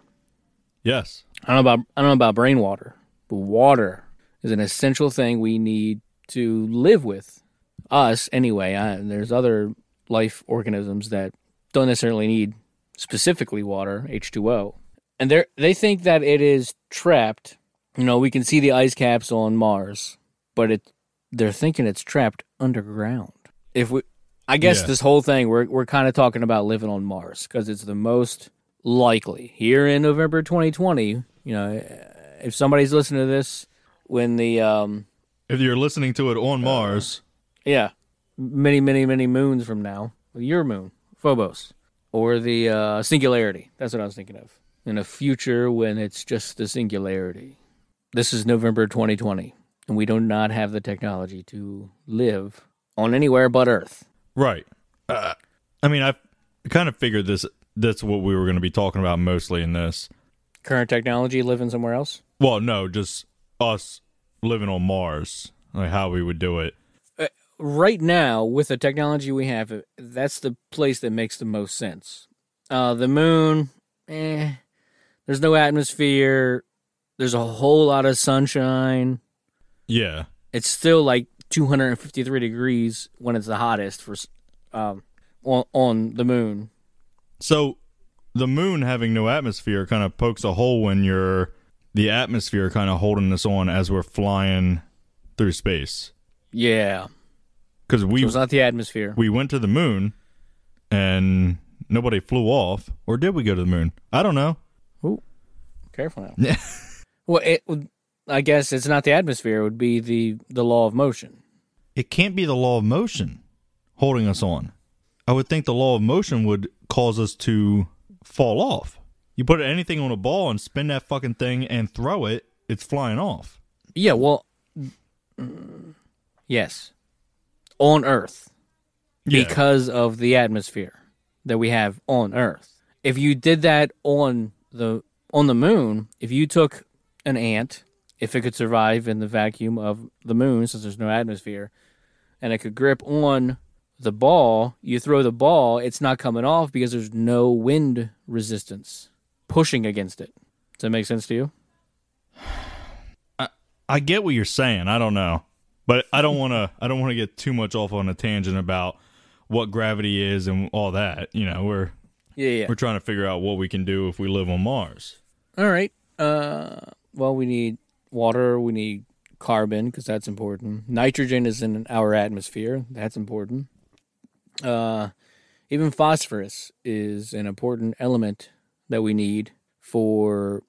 S3: Yes.
S2: I don't know about I don't know about brain water, but water is an essential thing we need to live with. Us anyway. I, there's other life organisms that don't necessarily need specifically water, H2O, and they they think that it is trapped. You know, we can see the ice caps on Mars, but it they're thinking it's trapped underground. If we, I guess
S3: Yeah.
S2: this whole thing we're we're kind of talking about living on Mars because it's the most likely here in November 2020. You know, if somebody's listening to this when the um
S3: If you're listening to it on Mars,
S2: yeah many many many moons from now your moon phobos or the uh singularity that's what i was thinking of in a future when it's just the singularity this is november 2020 and we do not have the technology to live on anywhere but earth
S3: right? Uh, I mean, I kind of figured this. That's what we were going to be talking about mostly in this.
S2: current technology living somewhere else
S3: Well, no, just us living on Mars, like how we would do it.
S2: right now with the technology we have that's the place that makes the most sense uh the moon eh, there's no atmosphere there's a whole lot of sunshine
S3: Yeah,
S2: it's still like 253 degrees when it's the hottest for s- um on, on the moon
S3: So the moon having no atmosphere kind of pokes a hole when you're the atmosphere kind of holding us on as we're flying through space.
S2: yeah
S3: Because
S2: so
S3: we
S2: it's not the atmosphere
S3: we went to the moon and nobody flew off, or did we go to the moon? I don't know.
S2: careful now well it would i guess it's not the atmosphere it would be the the law of motion
S3: It can't be the law of motion holding us on. I would think the law of motion would cause us to fall off. You put anything on a ball and spin that fucking thing and throw it, it's flying off.
S2: Yeah, well, mm, yes, on Earth because of the atmosphere that we have on Earth. If you did that on the on the moon, if you took an ant, if it could survive in the vacuum of the moon, since there's no atmosphere, and it could grip on the ball, you throw the ball, it's not coming off because there's no wind resistance pushing against it. Does that make sense to you?
S3: I get what you're saying. I don't know, but I don't want to. I don't want to get too much off on a tangent about what gravity is and all that. You know, we're
S2: Yeah, yeah.
S3: we're trying to figure out what we can do if we live on Mars.
S2: All right. Uh, well, we need water. We need carbon because that's important. Nitrogen is in our atmosphere. That's important. Uh, even phosphorus is an important element that we need for.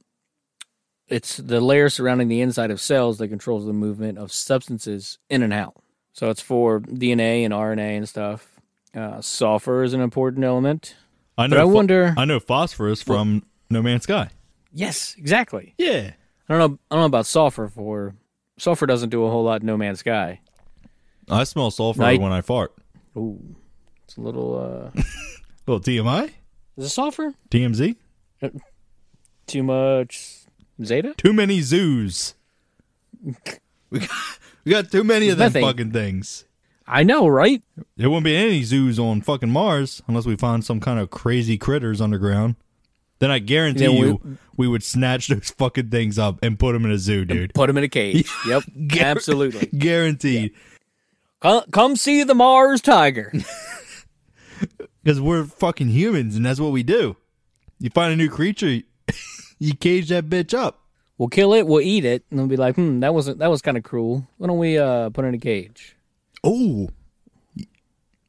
S2: It's the layer surrounding the inside of cells that controls the movement of substances in and out. So it's for DNA and RNA and stuff. Uh, sulfur is an important element.
S3: I know.
S2: But I
S3: pho-
S2: wonder-
S3: I know phosphorus from No Man's Sky.
S2: Yes, exactly.
S3: Yeah.
S2: I don't know. I don't know about sulfur. For sulfur doesn't do a whole lot. in No Man's Sky.
S3: I smell sulfur
S2: Night-
S3: when I fart.
S2: Ooh, it's a little. uh
S3: Little TMI,
S2: Is it sulfur?
S3: TMZ.
S2: Too much Zeta?
S3: Too many zoos. <laughs> we, got, we got too many of them
S2: Nothing.
S3: fucking things.
S2: I know, right?
S3: There wouldn't be any zoos on fucking Mars unless we find some kind of crazy critters underground. Then I guarantee
S2: Yeah, we-
S3: you, we would snatch <laughs> those fucking things up and put them in a
S2: <laughs>
S3: zoo, dude.
S2: Put him in a cage. Yep, absolutely.
S3: Guaranteed.
S2: Come, come see the Mars Tiger.
S3: Because we're fucking humans and that's what we do. You find a new creature, <laughs> you cage that bitch up.
S2: We'll kill it. We'll eat it, and they'll be like, "Hmm, that wasn't that was kind of cruel. Why don't we uh, put it in a cage?"
S3: Oh,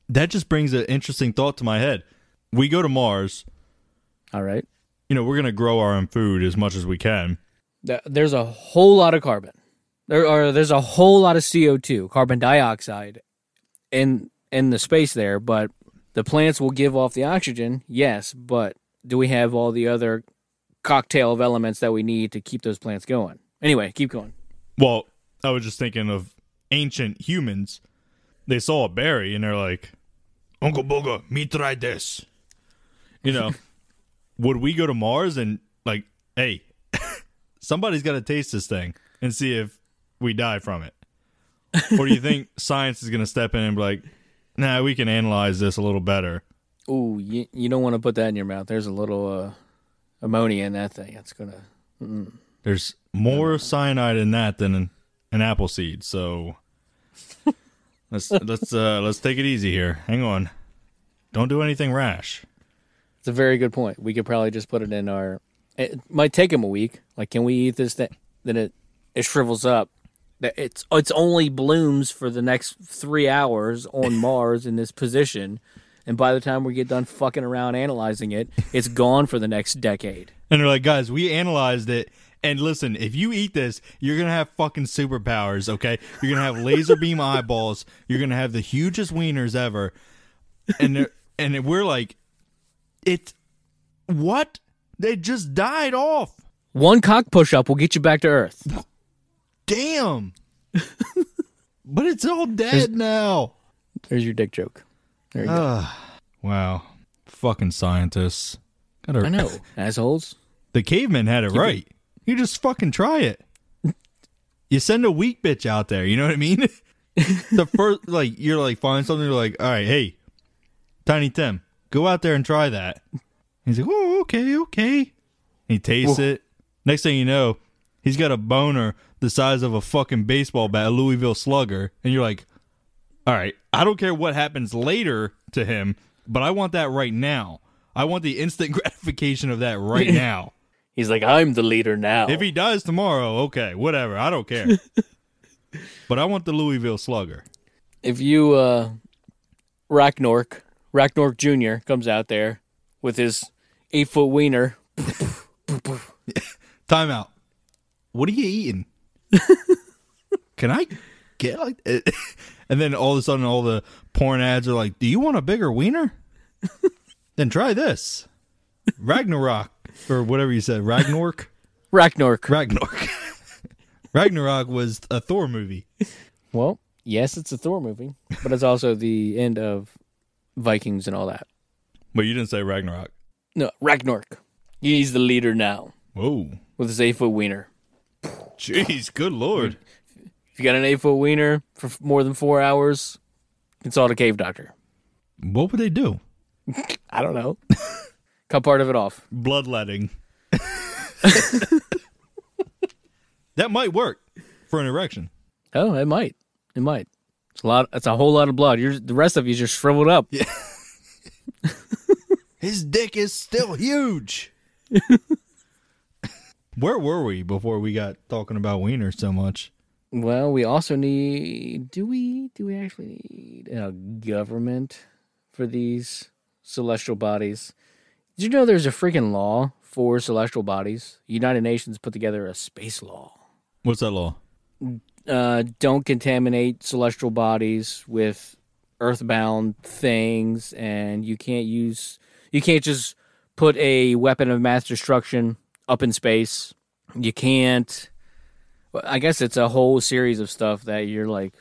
S3: that just brings an interesting thought to my head. We go to Mars,
S2: All right.
S3: you know, we're going to grow our own food as much as we can.
S2: Th- There's a whole lot of carbon. There are there's a whole lot of CO two, carbon dioxide, in in the space there. But the plants will give off the oxygen, yes. But do we have all the other cocktail of elements that we need to keep those plants going? Anyway, keep going.
S3: Well, I was just thinking of ancient humans. They saw a berry and they're like, Uncle Booga, me try this. You know, would we go to Mars and, like, hey, <laughs> somebody's got to taste this thing and see if we die from it? Or do you think science is going to step in and be like, nah, we can analyze this a little better?
S2: Ooh, you, you don't want to put that in your mouth. There's a little uh, ammonia in that thing. That's gonna.
S3: There's more cyanide in that than in an apple seed. <laughs> So let's let's uh, let's take it easy here. Hang on. Don't do anything rash.
S2: It's a very good point. We could probably just put it in our. It might take them a week. Like, can we eat this? That then it it shrivels up. That it's it's only blooms for the next three hours <laughs> on Mars in this position, and by the time we get done fucking around analyzing it, it's gone for the next decade.
S3: And they're like, guys, we analyzed it. And listen, if you eat this, you're gonna have fucking superpowers. Okay, you're gonna have laser <laughs> beam eyeballs. You're gonna have the hugest wieners ever. And they're- and we're like, it. What? They just died off.
S2: One cock push up will get you back to Earth.
S3: Damn. <laughs> but it's all dead now.
S2: There's your dick joke. There you go.
S3: Wow. Fucking scientists. Gotta-
S2: I know <laughs> assholes.
S3: The cavemen had it right. You just fucking try it. you send a weak bitch out there, you know what I mean? <laughs> the first like you're like find something you're like, all right, hey, Tiny Tim, go out there and try that. He's like, Oh, okay, okay. And he tastes it. Next thing you know, he's got a boner the size of a fucking baseball bat, a Louisville slugger, and you're like, all right, I don't care what happens later to him, but I want that right now. I want the instant <laughs> gratification of that right now.
S2: He's like, I'm the leader now.
S3: If he dies tomorrow, okay, whatever. I don't <laughs> care. but I want the Louisville Slugger.
S2: if you uh Racknork, Racknork Jr. comes out there with his eight foot wiener.
S3: Timeout. What are you <laughs> eating? Can I get like? <laughs> and then all of a sudden, all the porn ads are like, "Do you want a bigger <laughs> wiener? then try this, Ragnarok or whatever you said, Ragnork,
S2: Racknork.
S3: Ragnork." <laughs> Ragnarok was a Thor movie.
S2: Well, yes, it's a Thor movie, but it's also the end of Vikings and all that.
S3: But you didn't say Ragnarok.
S2: No, Racknork. He's the leader now
S3: Whoa.
S2: with his eight foot wiener.
S3: Jeez, good lord.
S2: If you got an eight foot wiener for f- more than four hours, consult a cave doctor.
S3: What would they do?
S2: I don't know. <laughs> Cut part of it off.
S3: bloodletting. <laughs> that might work for an erection.
S2: Oh, it might. It might. It's a lot. It's a whole lot of blood. You're, the rest of you's just shriveled up.
S3: His dick is still huge. <laughs> Where were we before we got talking about wiener so much?
S2: Well, we also need. Do we? Do we actually need a government for these celestial bodies? Did you know there's a freaking law for celestial bodies? United Nations put together a space law.
S3: What's that law?
S2: Uh, don't contaminate celestial bodies with earthbound things, and you can't use. You can't just put a weapon of mass destruction up in space. You can't. well, I guess it's a whole series of stuff that you're like,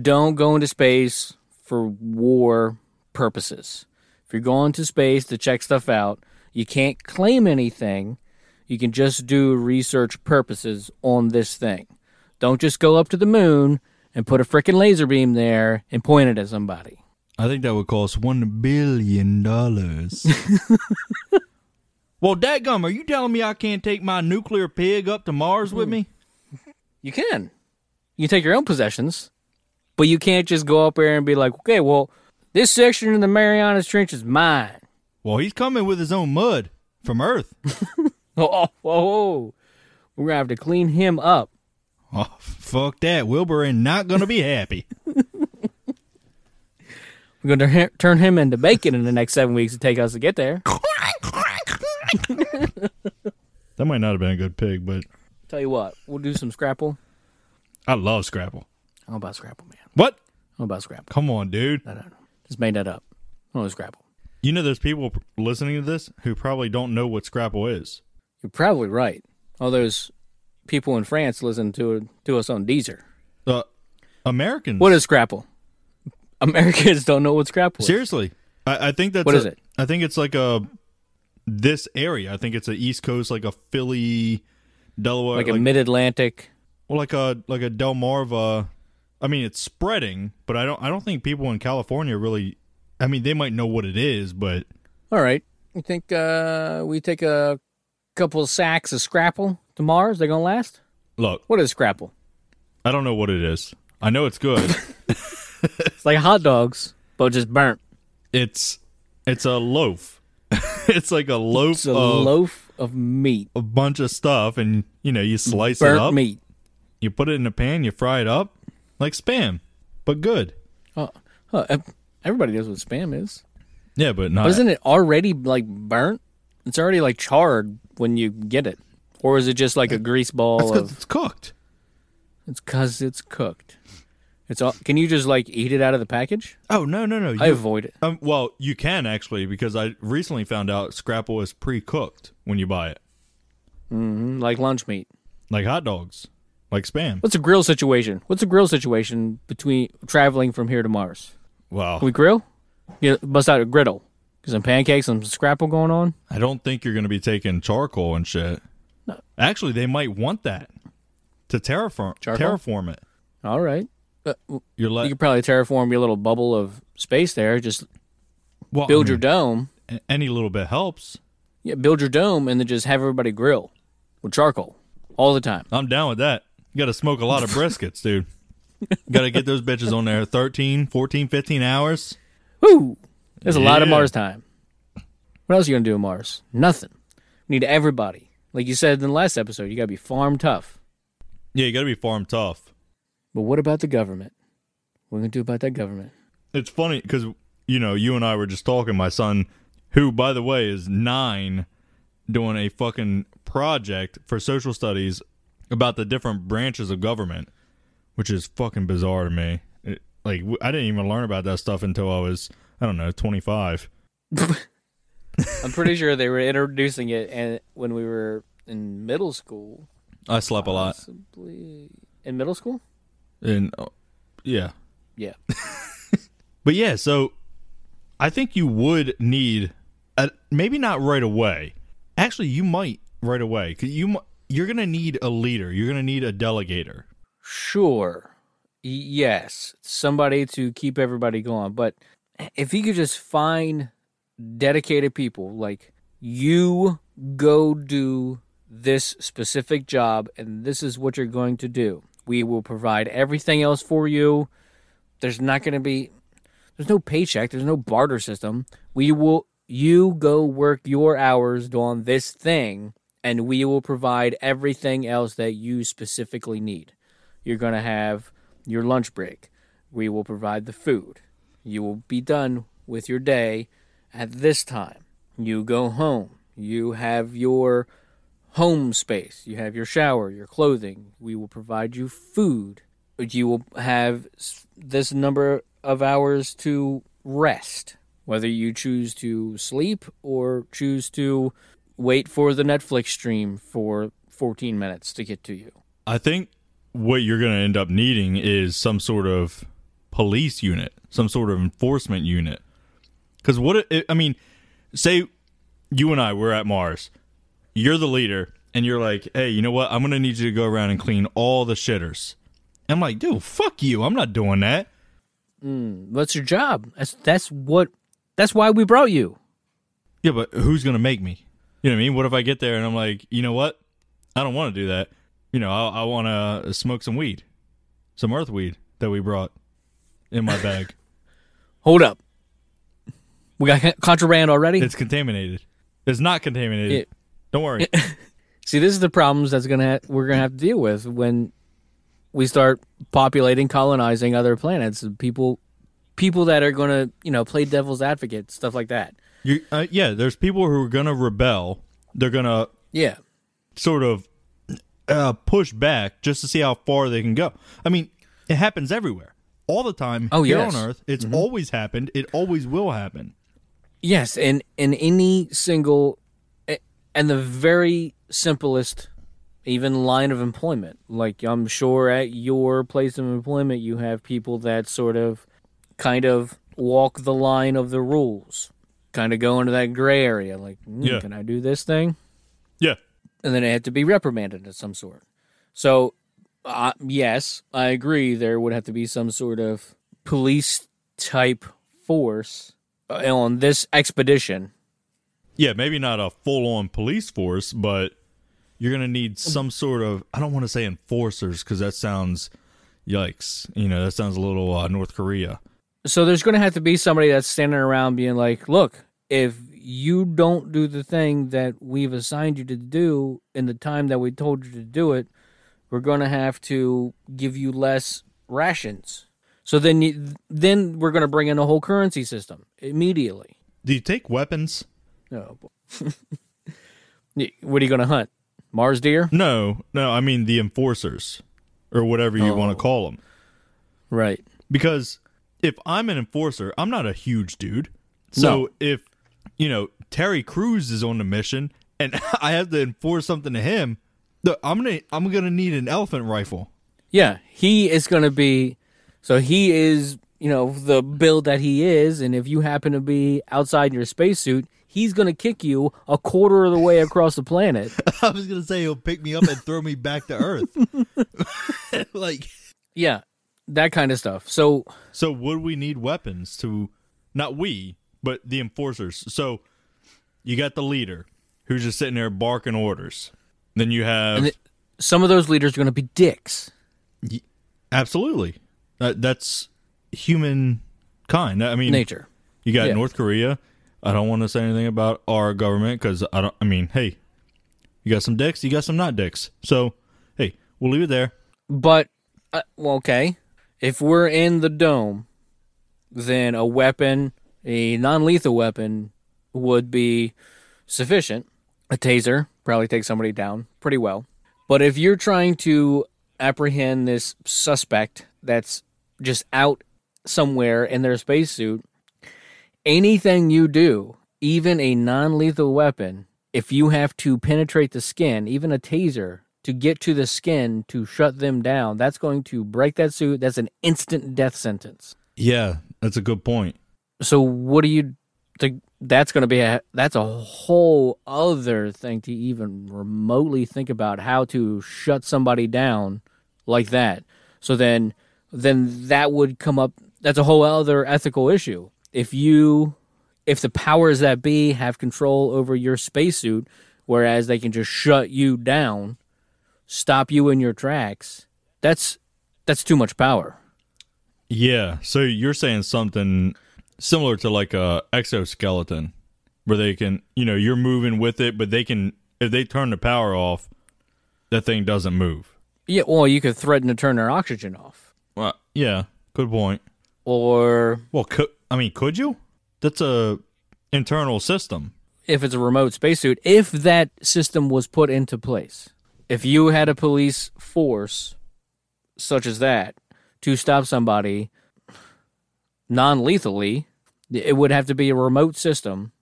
S2: don't go into space for war purposes. If you're going to space to check stuff out, You can't claim anything. You can just do research purposes on this thing. Don't just go up to the moon and put a frickin' laser beam there and point it at somebody.
S3: I think that would cost one billion <laughs> dollars. well, dadgum, are you telling me I can't take my nuclear pig up to Mars with me?
S2: You can. You take your own possessions, but you can't just go up there and be like, okay, well, this section of the Marianas Trench is mine. <laughs>
S3: Well, he's coming with his own mud from Earth. <laughs>
S2: Oh, oh, oh. we're gonna have to clean him up.
S3: oh, fuck that. Wilbur ain't not gonna be happy.
S2: We're gonna tur- turn him into bacon in the next seven weeks to take us to get there.
S3: that might not have been a good pig, but
S2: Tell you what, we'll do some Scrapple.
S3: I love Scrapple.
S2: How about Scrapple, man?
S3: What?
S2: How about Scrapple?
S3: Come on, dude.
S2: Just made that up. Oh, Scrapple.
S3: You know, there's people p- listening to this who probably don't know what Scrapple is.
S2: You're probably right. All those people in France listen to to us on Deezer.
S3: Uh, Americans.
S2: What is Scrapple? Americans <laughs> don't know what Scrapple is.
S3: Seriously, I, I think that's
S2: What
S3: a-
S2: is it?
S3: I think it's like a this area. I think it's a East Coast, like a Philly, Delaware,
S2: Like a mid Atlantic.
S3: well, like a like a Delmarva. I mean, it's spreading, but I don't I don't think people in California really. I mean, they might know what it is, but
S2: All right. You think uh, we take a couple of sacks of Scrapple to Mars? They gonna last?
S3: look,
S2: What is Scrapple?
S3: I don't know what it is. I know it's good.
S2: It's like hot dogs, but just burnt.
S3: it's it's a loaf. <laughs> it's like a loaf
S2: It's a
S3: of
S2: loaf of meat,
S3: a bunch of stuff, and you know you slice it up.
S2: burnt meat.
S3: You put it in a pan, you fry it up like spam, but good.
S2: Oh, huh, ev- everybody knows what spam is.
S3: Yeah, but not.
S2: But isn't it already like burnt? It's already like charred when you get it, or is it just like a grease
S3: That's
S2: ball
S3: 'cause
S2: of?
S3: it's cooked.
S2: It's because it's cooked. It's all. Can you just like eat it out of the package?
S3: Oh no no no!
S2: I
S3: you-
S2: avoid it.
S3: um, well, you can actually because I recently found out scrapple is pre-cooked when you buy it,
S2: Mm, Like lunch meat.
S3: like hot dogs, like spam.
S2: What's a grill situation? What's a grill situation between traveling from here to Mars?
S3: Wow,
S2: Can we grill? Yeah, bust out a griddle. Get Some pancakes, some scrapple going on.
S3: I don't think you're going to be taking charcoal and shit. Actually, they might want that to terraform
S2: Charcoal?
S3: terraform it.
S2: All right. Uh,
S3: You're
S2: you
S3: like
S2: could probably terraform your little bubble of space there. Just build your dome.
S3: your any little bit helps.
S2: Yeah, build your dome and then just have everybody grill with charcoal all the time.
S3: I'm down with that. You got to smoke a lot <laughs> of briskets, dude. got to get those bitches on there 13, 14, 15 hours.
S2: Woo! There's a lot of
S3: Yeah.
S2: Mars time. What else are you gonna do on Mars? Nothing. We need everybody. Like you said in the last episode, you gotta be farm tough.
S3: Yeah, you got to be farm tough.
S2: But what about the government? What are we gonna do about that government?
S3: It's funny because, you know, you and I were just talking. My son, who, by the way, is nine, doing a fucking project for social studies about the different branches of government, which is fucking bizarre to me. It, like, w- I didn't even learn about that stuff until I was, I don't know, 25.
S2: I'm pretty sure they were introducing it and when we were in middle school.
S3: I slept a lot.
S2: Possibly in middle school?
S3: And, uh, yeah.
S2: Yeah.
S3: But yeah, so I think you would need a, maybe not right away. Actually, you might right away. 'Cause You mi- you're gonna need a leader. You're gonna need a delegator.
S2: Sure. Y- Yes. Somebody to keep everybody going. But if you could just find dedicated people, like you go do this specific job and this is what you're going to do. We will provide everything else for you. There's not going to be, there's no paycheck, there's no barter system. We will, you go work your hours on this thing and we will provide everything else that you specifically need you're going to have your lunch break. We will provide the food. You will be done with your day at this time. You go home. You have your home space. You have your shower, your clothing. We will provide you food. You will have s- this number of hours to rest, whether you choose to sleep or choose to wait for the Netflix stream for 14 minutes to get to you.
S3: I think what you're gonna end up needing is some sort of police unit, some sort of enforcement unit. Because what it, I mean, say you and I we're at Mars. You're the leader, and you're like, hey, you know what? I'm gonna need you to go around and clean all the shitters. I'm like, dude, fuck you. I'm not doing that.
S2: What's your job? That's that's what that's why we brought you.
S3: Yeah, but who's gonna make me? You know what I mean? What if I get there and I'm like, you know what? I don't want to do that. You know, I, I want to smoke some weed, some earth weed that we brought in my bag.
S2: Hold up. We got <laughs> con- contraband already.
S3: it's contaminated. It's not contaminated.
S2: It-
S3: don't worry.
S2: <laughs> See, this is the problems that's gonna ha- we're gonna have to deal with when we start populating, colonizing other planets. People, people that are gonna you know play devil's advocate, stuff like that.
S3: You, uh, yeah, there's people who are gonna rebel. They're gonna
S2: Yeah,
S3: sort of uh, push back just to see how far they can go. I mean, it happens everywhere, all the time.
S2: Oh,
S3: here
S2: yes.
S3: on Earth, it's always happened. It always will happen.
S2: yes, and in any single, a- and the very simplest, even line of employment. Like I'm sure at your place of employment, you have people that sort of, kind of walk the line of the rules, kind of go into that gray area. Like, mm,
S3: Yeah.
S2: can I do this thing?
S3: Yeah,
S2: and then it had to be reprimanded of some sort. So, uh, yes, I agree. There would have to be some sort of police type force uh, on this expedition.
S3: yeah. Maybe not a full-on police force, but you're gonna need some sort of. I don't want to say enforcers because that sounds yikes. You know, that sounds a little uh, North Korea.
S2: So there's going to have to be somebody that's standing around being like, "Look, if you don't do the thing that we've assigned you to do in the time that we told you to do it, we're going to have to give you less rations." So then, you, then we're going to bring in a whole currency system immediately.
S3: Do you take weapons?
S2: No. Y- <laughs> what are you going to hunt? Mars deer?
S3: No, no. I mean the enforcers, or whatever you want
S2: Oh.
S3: to call them.
S2: Right.
S3: because if I'm an enforcer, I'm not a huge dude. So
S2: No.
S3: if you know Terry Crews is on the mission and <laughs> I have to enforce something to him, look, I'm gonna I'm gonna need an elephant rifle.
S2: Yeah, he is going to be so he is, you know, the build that he is and if you happen to be outside your spacesuit, he's going to kick you a quarter of the way across the planet.
S4: <laughs> I was gonna say he'll pick me up and throw me back to
S3: <laughs>
S4: Earth. <laughs> like
S2: yeah, that kind of stuff. So
S3: So would we need weapons to not we, but the enforcers? So you got the leader who's just sitting there barking orders. Then you have
S2: and it- some of those leaders are going to be dicks.
S3: absolutely that, that's human kind. I mean
S2: Nature.
S3: You got
S2: Yeah.
S3: North Korea. I don't want to say anything about our government because I don't. I mean, hey, you got some dicks, you got some not dicks. So, hey, we'll leave it there.
S2: But uh, well, okay, if we're in the dome, then a weapon, a non-lethal weapon, would be sufficient. A taser probably takes somebody down pretty well. But if you're trying to apprehend this suspect that's just out somewhere in their spacesuit, anything you do, even a non lethal weapon, if you have to penetrate the skin, even a taser, to get to the skin to shut them down, that's going to break that suit. That's an instant death sentence.
S3: Yeah, that's a good point.
S2: So what do you think? That's going to be a that's a whole other thing to even remotely think about how to shut somebody down like that. So then then that would come up. That's a whole other ethical issue. If you if the powers that be have control over your spacesuit, whereas they can just shut you down, stop you in your tracks, that's that's too much power.
S3: Yeah. So you're saying something similar to like a exoskeleton, where they can, you know, you're moving with it, but they can, if they turn the power off, that thing doesn't move.
S2: Yeah, well, you could threaten to turn their oxygen off.
S3: Well, yeah, good point.
S2: or
S3: Well, could I mean, could you? That's a internal system.
S2: if it's a remote spacesuit, if that system was put into place, if you had a police force such as that to stop somebody non lethally, it would have to be a remote system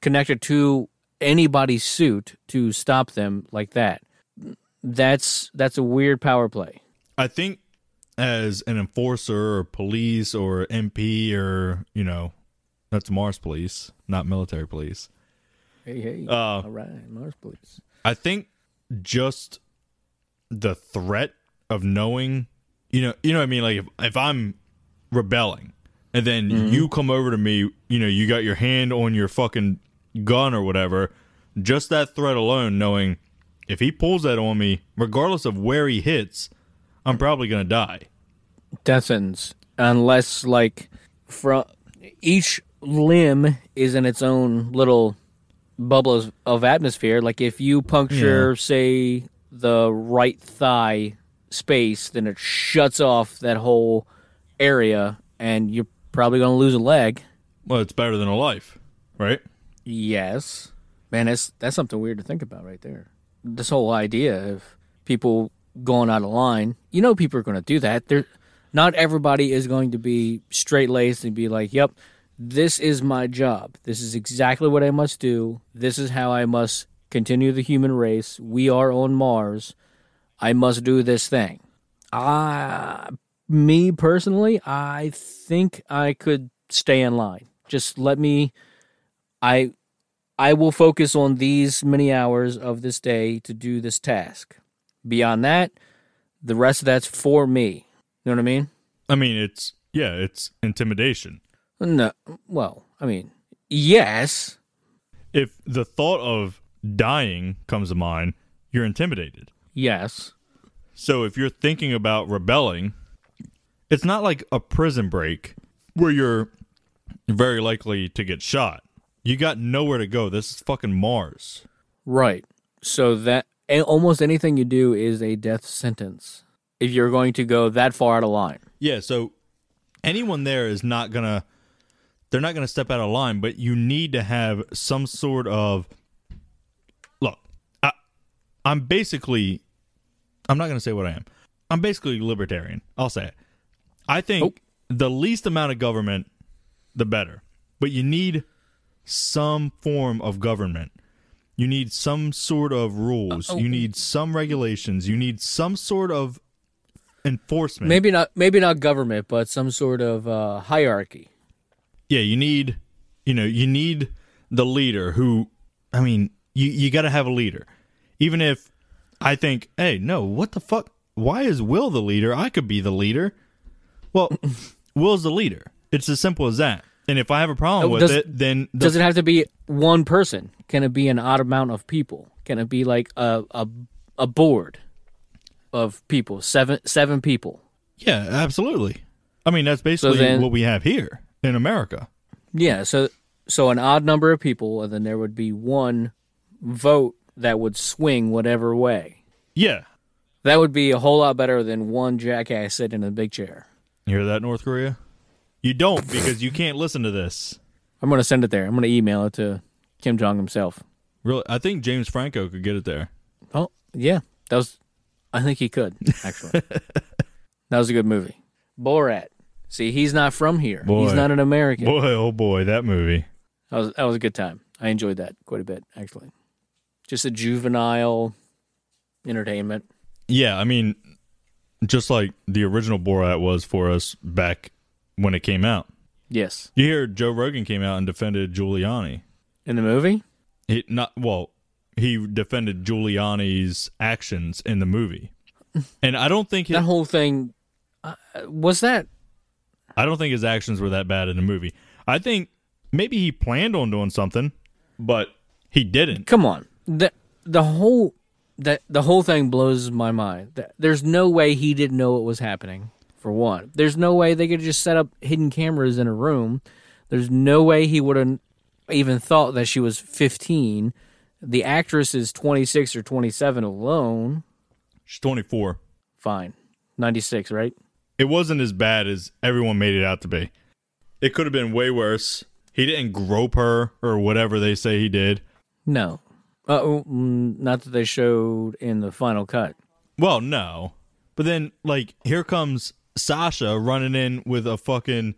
S2: connected to anybody's suit to stop them like that. That's that's a weird power play.
S3: I think as an enforcer or police or MP or you know, that's Mars police, not military police.
S2: Hey, hey.
S3: Uh,
S2: All right, Mars Police.
S3: I think just the threat of knowing, you know, you know what I mean. Like if if I'm rebelling, and then you come over to me, you know, you got your hand on your fucking gun or whatever. Just that threat alone, knowing if he pulls that on me, regardless of where he hits, I'm probably gonna die.
S2: Death sentence, unless like from each limb is in its own little bubble of- of atmosphere. Like if you puncture, say, the right thigh space, then it shuts off that whole area, and you're probably gonna lose a leg.
S3: Well, it's better than a life, right?
S2: Yes. Man, that's that's something weird to think about right there. This whole idea of people going out of line. You know people are gonna do that. They're not everybody is going to be straight laced and be like, Yep, this is my job. This is exactly what I must do. This is how I must continue the human race. We are on Mars. I must do this thing. I me personally, I think I could stay in line. Just let me I I will focus on these many hours of this day to do this task. Beyond that, the rest of that's for me. You know what I mean?
S3: I mean, it's yeah, it's intimidation.
S2: No, well, I mean, yes,
S3: If the thought of dying comes to mind, you're intimidated.
S2: yes.
S3: So if you're thinking about rebelling, it's not like a prison break where you're very likely to get shot. You got nowhere to go. This is fucking Mars.
S2: Right. So that a- almost anything you do is a death sentence if you're going to go that far out of line.
S3: Yeah, so anyone there is not going to they're not going to step out of line, but you need to have some sort of look. I I'm basically I'm not going to say what I am. I'm basically libertarian. I'll say it. I think the least amount of government the better. But you need some form of government. You need some sort of rules. You need some regulations. You need some sort of enforcement.
S2: Maybe not maybe not government, but some sort of uh, hierarchy.
S3: yeah, you need, you know, you need the leader who, I mean, you you got to have a leader, even if I think, hey, no, what the fuck? Why is Will the leader? I could be the leader. Well, <laughs> Will's the leader. It's as simple as that. And if I have a problem
S2: Oh,
S3: with
S2: does-
S3: it, then the,
S2: Does it have to be one person? Can it be an odd amount of people? Can it be like a a, a board of people, seven seven people?
S3: yeah, absolutely. I mean, that's basically
S2: then-
S3: what we have here in America.
S2: Yeah, so so an odd number of people, and then there would be one vote that would swing whatever way.
S3: Yeah,
S2: That would be a whole lot better than one jackass sitting in a big chair.
S3: you hear that, North Korea? You don't because you can't listen to this.
S2: I'm gonna send it there. I'm gonna email it to Kim Jong himself.
S3: Really, I think James Franco could get it there.
S2: Oh yeah, that was. I think he could
S3: <laughs>
S2: actually. that was a good movie. Borat. See, he's not from here.
S3: Boy.
S2: He's not an American.
S3: Boy, oh boy, that movie.
S2: That was that was a good time. I enjoyed that quite a bit actually. Just a juvenile entertainment.
S3: Yeah, I mean, just like the original Borat was for us back when it came out.
S2: Yes.
S3: You hear Joe Rogan came out and defended Giuliani.
S2: In the movie,
S3: He not well, he defended Giuliani's actions in the movie. And I don't think
S2: that
S3: his,
S2: whole thing uh, was that.
S3: I don't think his actions were that bad in the movie. I think maybe he planned on doing something, but he didn't.
S2: Come on. The the whole that the whole thing blows my mind. That- There's no way he didn't know what was happening. For one, there's no way they could just set up hidden cameras in a room. There's no way he would have even thought that she was 15. The actress is 26 or 27 alone.
S3: She's 24.
S2: Fine. 96, right?
S3: it wasn't as bad as everyone made it out to be. It could have been way worse. He didn't grope her or whatever they say he did.
S2: No. Uh, mm, not that they showed in the final cut.
S3: Well, no. But then, like, here comes Sasha running in with a fucking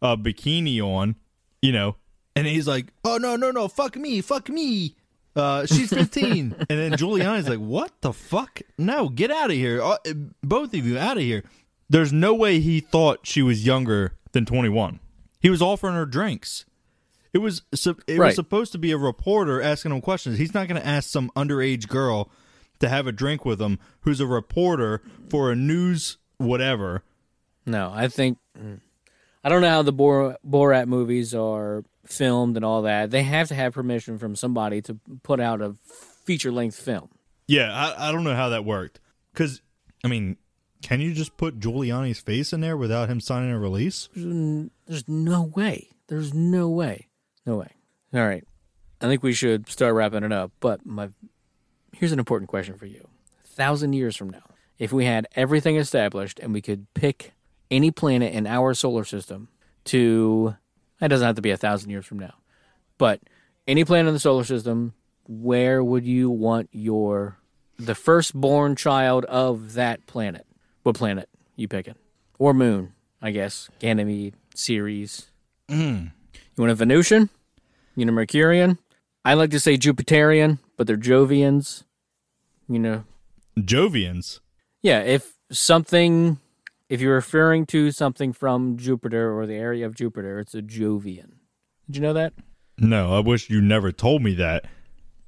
S3: uh, bikini on, you know, and he's like, oh, no, no, no, fuck me, fuck me. Uh, she's 15. and then Giuliani's like, what the fuck? No, get out of here. Uh, both of you out of here. There's no way he thought she was younger than 21. He was offering her drinks. It was sup- it
S2: Right.
S3: was supposed to be a reporter asking him questions. He's not going to ask some underage girl to have a drink with him who's a reporter for a news whatever.
S2: No, I think I don't know how the Bor- Borat movies are filmed and all that. They have to have permission from somebody to put out a feature length film.
S3: Yeah, I, I don't know how that worked. Because I mean, can you just put Giuliani's face in there without him signing a release?
S2: There's no way. There's no way. No way. All right. I think we should start wrapping it up. But my here's an important question for you. A thousand years from now, if we had everything established and we could pick any planet in our solar system to that doesn't have to be a thousand years from now. But any planet in the solar system, where would you want your the firstborn child of that planet? What planet you picking? Or moon, I guess. Ganymede, Ceres.
S3: Mm.
S2: You want a Venusian? You know Mercurian? I like to say Jupiterian, but they're Jovians. You know,
S3: Jovians.
S2: yeah, if something if you're referring to something from Jupiter or the area of Jupiter, it's a Jovian. Did you know that?
S3: No, I wish you never told me that.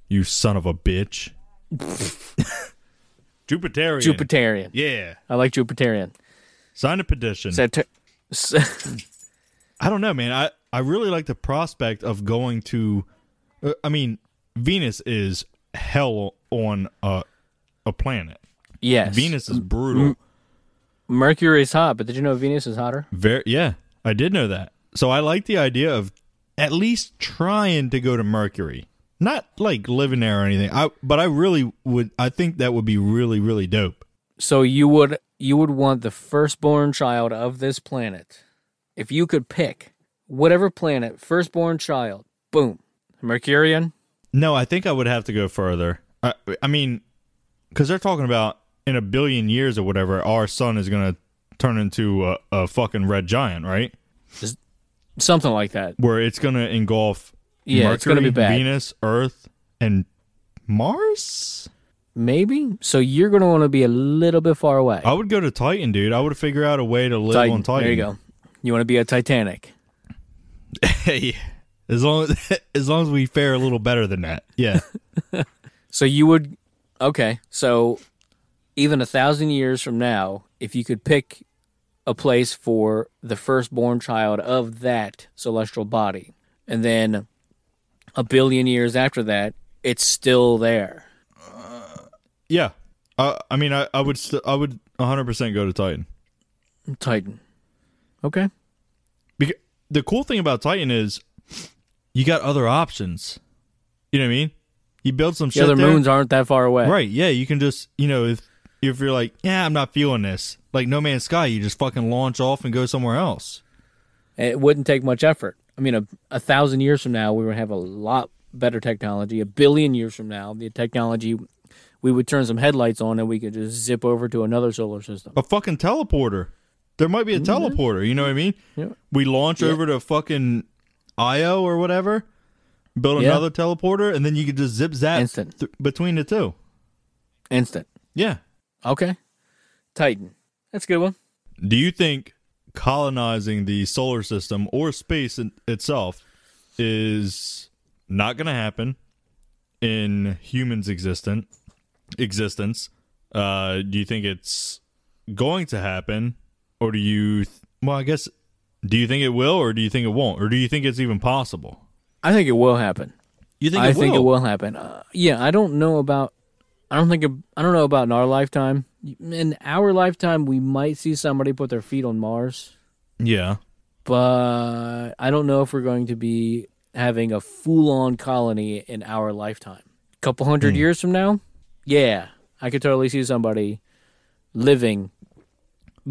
S3: You son of a bitch. Jupiterian.
S2: Jupiterian.
S3: Yeah.
S2: I like Jupiterian.
S3: Sign a petition.
S2: Satur- <laughs> S-
S3: I don't know, man. I, I really like the prospect of going to. uh, I mean, Venus is hell on a, a planet.
S2: yes.
S3: Venus is brutal.
S2: Mercury is hot, but did you know Venus is hotter?
S3: Very, yeah, I did know that. So I like the idea of at least trying to go to Mercury. Not like living there or anything. I but I really would. I think that would be really really dope.
S2: So you would you would want the firstborn child of this planet, if you could pick whatever planet, firstborn child, boom, Mercurian.
S3: No, I think I would have to go further. I, I mean, because they're talking about in a billion years or whatever, our sun is gonna turn into a, a fucking red giant, right?
S2: Something like that.
S3: Where it's gonna engulf
S2: Yeah,
S3: Mercury,
S2: it's gonna be bad.
S3: Venus, Earth, and Mars.
S2: Maybe. So you're going to want to be a little bit far away.
S3: I would go to Titan, dude. I would figure out a way to live on Titan.
S2: There you go. You want to be a Titanic.
S3: <laughs> Hey, as long as, <laughs> as long as we fare a little better than that,
S2: <laughs>
S3: yeah.
S2: So you would. Okay. So even a thousand years from now, if you could pick a place for the firstborn child of that celestial body, and then a billion years after that, it's still there.
S3: yeah. Uh, I mean, I, I would st- I would 100 percent go to Titan.
S2: Titan. Okay.
S3: Because the cool thing about Titan is you got other options. You know what I mean? You build some
S2: The
S3: shit.
S2: other
S3: there.
S2: moons aren't that far away.
S3: right? Yeah, you can just you know if if you're like, yeah, I'm not feeling this, like No Man's Sky, you just fucking launch off and go somewhere else.
S2: It wouldn't take much effort. I mean, a, a thousand years from now, we would have a lot better technology. A billion years from now, the technology, we would turn some headlights on and we could just zip over to another solar system.
S3: a fucking teleporter. There might be a teleporter. You know what I mean?
S2: Mm-hmm. Yeah.
S3: We launch
S2: Yeah.
S3: over to fucking Io or whatever, build
S2: Yeah.
S3: another teleporter, and then you could just zip zap
S2: Instant.
S3: th- between the two.
S2: Instant.
S3: Yeah.
S2: Okay. Titan. That's a good one.
S3: Do you think colonizing the solar system or space in- itself is not going to happen in humans' existent existence? Uh, do you think it's going to happen, or do you? Th- well, I guess. Do you think it will, or do you think it won't, or do you think it's even possible?
S2: I think it will happen.
S3: You
S2: I think it will happen. Uh, yeah, I don't know about. I don't think. ab- I don't know about in our lifetime. In our lifetime, we might see somebody put their feet on Mars.
S3: Yeah.
S2: but I don't know if we're going to be having a full on colony in our lifetime. couple
S3: Hmm.
S2: hundred years from now, yeah, I could totally see somebody living,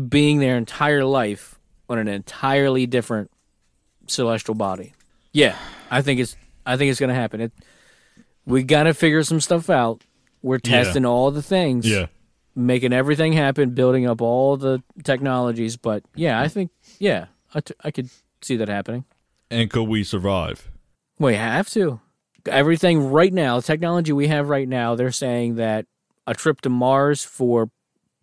S2: being their entire life on an entirely different celestial body. Yeah, I think it's I think it's going to happen. It we got to figure some stuff out. We're
S3: Yeah.
S2: testing all the things
S3: Yeah.
S2: making everything happen, building up all the technologies. But yeah, I think yeah, I, t- I could see that happening.
S3: And could we survive?
S2: We have to. Everything right now, technology we have right now, they're saying that a trip to Mars for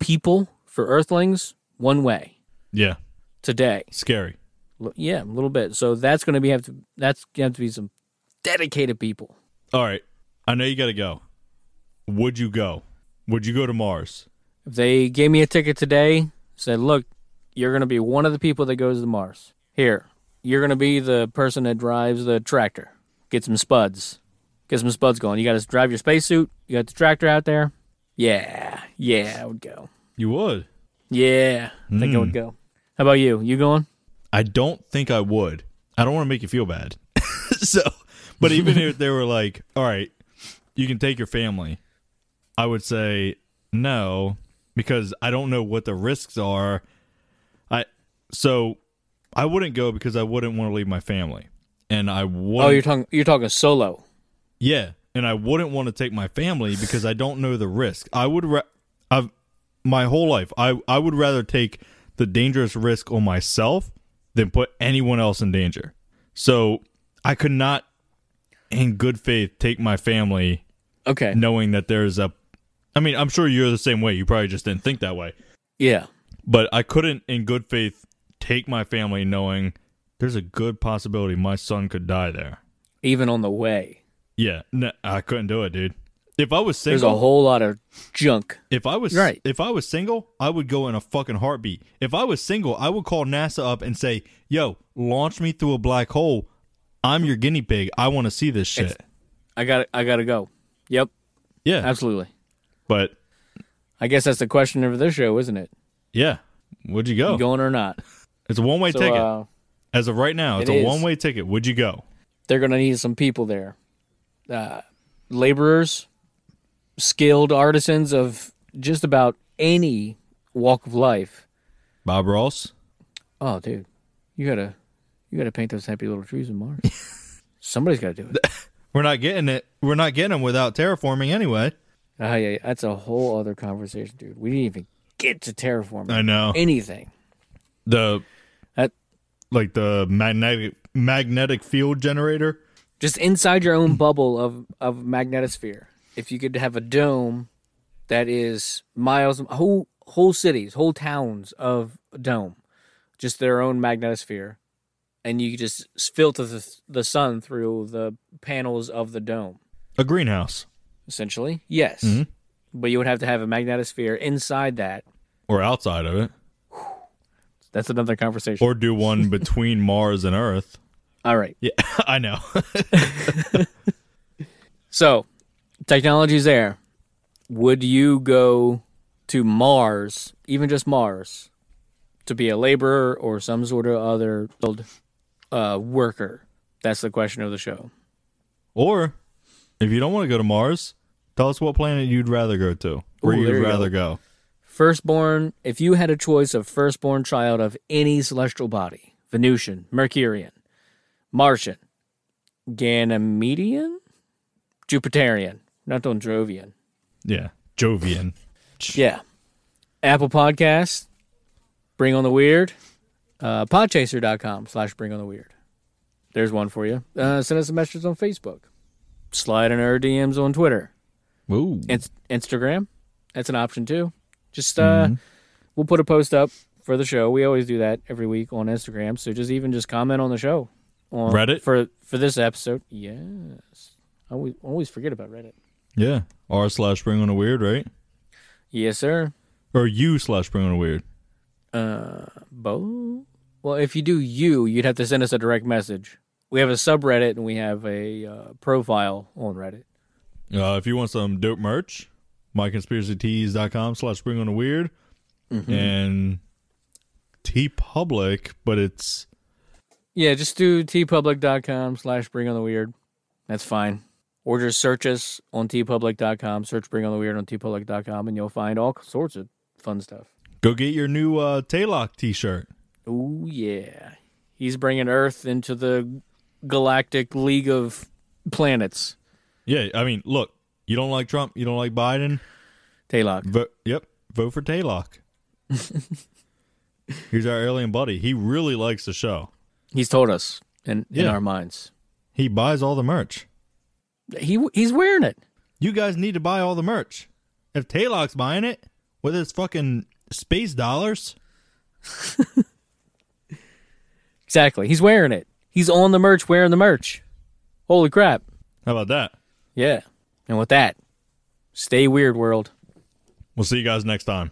S2: people, for Earthlings, one way
S3: Yeah.
S2: today.
S3: Scary.
S2: L- Yeah, a little bit. So that's going to be have to that's going to have to be some dedicated people.
S3: All right. I know you got to go. Would you go? Would you go to Mars?
S2: If they gave me a ticket today, said, "Look, you're going to be one of the people that goes to Mars. Here, you're going to be the person that drives the tractor. Get some spuds. Get some spuds going. You got to drive your spacesuit. You got the tractor out there. Yeah, yeah, I would go.
S3: You would.
S2: Yeah, I think I would go. How about you? You going?
S3: I don't think I would. I don't want to make you feel bad. <laughs> so, but even if they were like, all right, you can take your family, I would say no because I don't know what the risks are. I so I wouldn't go because I wouldn't want to leave my family. And I would
S2: Oh, you're talking you're talking solo.
S3: Yeah, and I wouldn't want to take my family because I don't know the risk. I would ra- I've my whole life I I would rather take the dangerous risk on myself than put anyone else in danger. So, I could not in good faith take my family
S2: Okay.
S3: knowing that there's a I mean, I'm sure you're the same way. You probably just didn't think that way.
S2: Yeah.
S3: But I couldn't in good faith take my family knowing there's a good possibility my son could die there.
S2: Even on the way,
S3: Yeah, no, I couldn't do it, dude. If I was
S2: there's a
S3: single,
S2: whole lot of junk.
S3: if I was
S2: Right.
S3: if I was single, I would go in a fucking heartbeat. If I was single, I would call NASA up and say, "Yo, launch me through a black hole. I'm your guinea pig. I want to see this shit."
S2: I got I got to go. Yep,
S3: yeah,
S2: absolutely.
S3: but
S2: I guess that's the question of this show, isn't it?
S3: yeah, would you go?
S2: You going or not?
S3: It's a one way ticket.
S2: uh,
S3: As of right now, it's
S2: it
S3: a
S2: is.
S3: one way ticket. Would you go?
S2: they're going to need some people there. Uh, laborers, skilled artisans of just about any walk of life.
S3: Bob Ross.
S2: Oh, dude, you gotta you gotta paint those happy little trees in
S3: <laughs>
S2: Mars. Somebody's got to do it.
S3: We're not getting it. We're not getting him without terraforming anyway.
S2: Ah, yeah, yeah, that's a whole other conversation, dude. We didn't even get to terraforming.
S3: I know.
S2: anything.
S3: The
S2: That-
S3: like the magnetic magnetic field generator.
S2: just inside your own bubble of of magnetosphere if you could have a dome that is miles whole whole cities whole towns of a dome just their own magnetosphere and you just filter the, the sun through the panels of the dome
S3: A greenhouse.
S2: essentially yes but you would have to have a magnetosphere inside that
S3: or outside of it,
S2: that's another conversation
S3: <laughs> or do one between Mars and Earth.
S2: all right
S3: Yeah, <laughs> I know. <laughs>
S2: So, technology's there. Would you go to Mars, even just Mars, to be a laborer or some sort of other field, uh, worker? That's the question of the show.
S3: or if you don't want to go to Mars, tell us what planet you'd rather go to, where
S2: Ooh,
S3: you'd
S2: there you
S3: rather go.
S2: Firstborn, if you had a choice of firstborn child of any celestial body, Venusian, Mercurian, Martian, Ganymedean, Jupiterian, not on Jovian.
S3: Yeah, Jovian.
S2: Yeah. Apple Podcast, Bring on the Weird, uh, podchaser.com slash Bring on the Weird. There's one for you. Uh, send us a message on Facebook. Slide in our DMs on Twitter.
S3: Ooh,
S2: Inst- Instagram, that's an option too. Just, uh, we'll put a post up for the show. We always do that every week on Instagram. So just even just comment on the show. On,
S3: Reddit?
S2: For, for this episode. Yes. I always, always forget about Reddit.
S3: yeah. R slash Bring on a Weird, right?
S2: Yes, sir.
S3: Or U slash Bring on a Weird.
S2: Bo? Well, if you do you, you'd have to send us a direct message. We have a subreddit and we have a uh, profile on Reddit.
S3: Uh, if you want some dope merch, myconspiracytees.com slash Bring on a Weird,
S2: Mm-hmm.
S3: and T Public, but it's
S2: Yeah, just do tpublic.com slash bring on the weird. That's fine. Or just search us on tpublic.com, search bring on the weird on tpublic.com, and you'll find all sorts of fun stuff.
S3: go get your new uh, Taylock T-shirt.
S2: Oh, yeah. He's bringing Earth into the galactic league of planets.
S3: Yeah, I mean, look, you don't like Trump, you don't like Biden.
S2: Taylock.
S3: Vote, yep, vote for Taylock. <laughs> He's our alien buddy. He really likes the show.
S2: He's told us in, in
S3: Yeah.
S2: our minds.
S3: He buys all the merch.
S2: He He's wearing it.
S3: You guys need to buy all the merch. If Taylock's buying it with his fucking space dollars,
S2: Exactly. He's wearing it. He's on the merch wearing the merch. Holy crap.
S3: How about that?
S2: Yeah. And with that, stay weird, world.
S3: We'll see you guys next time.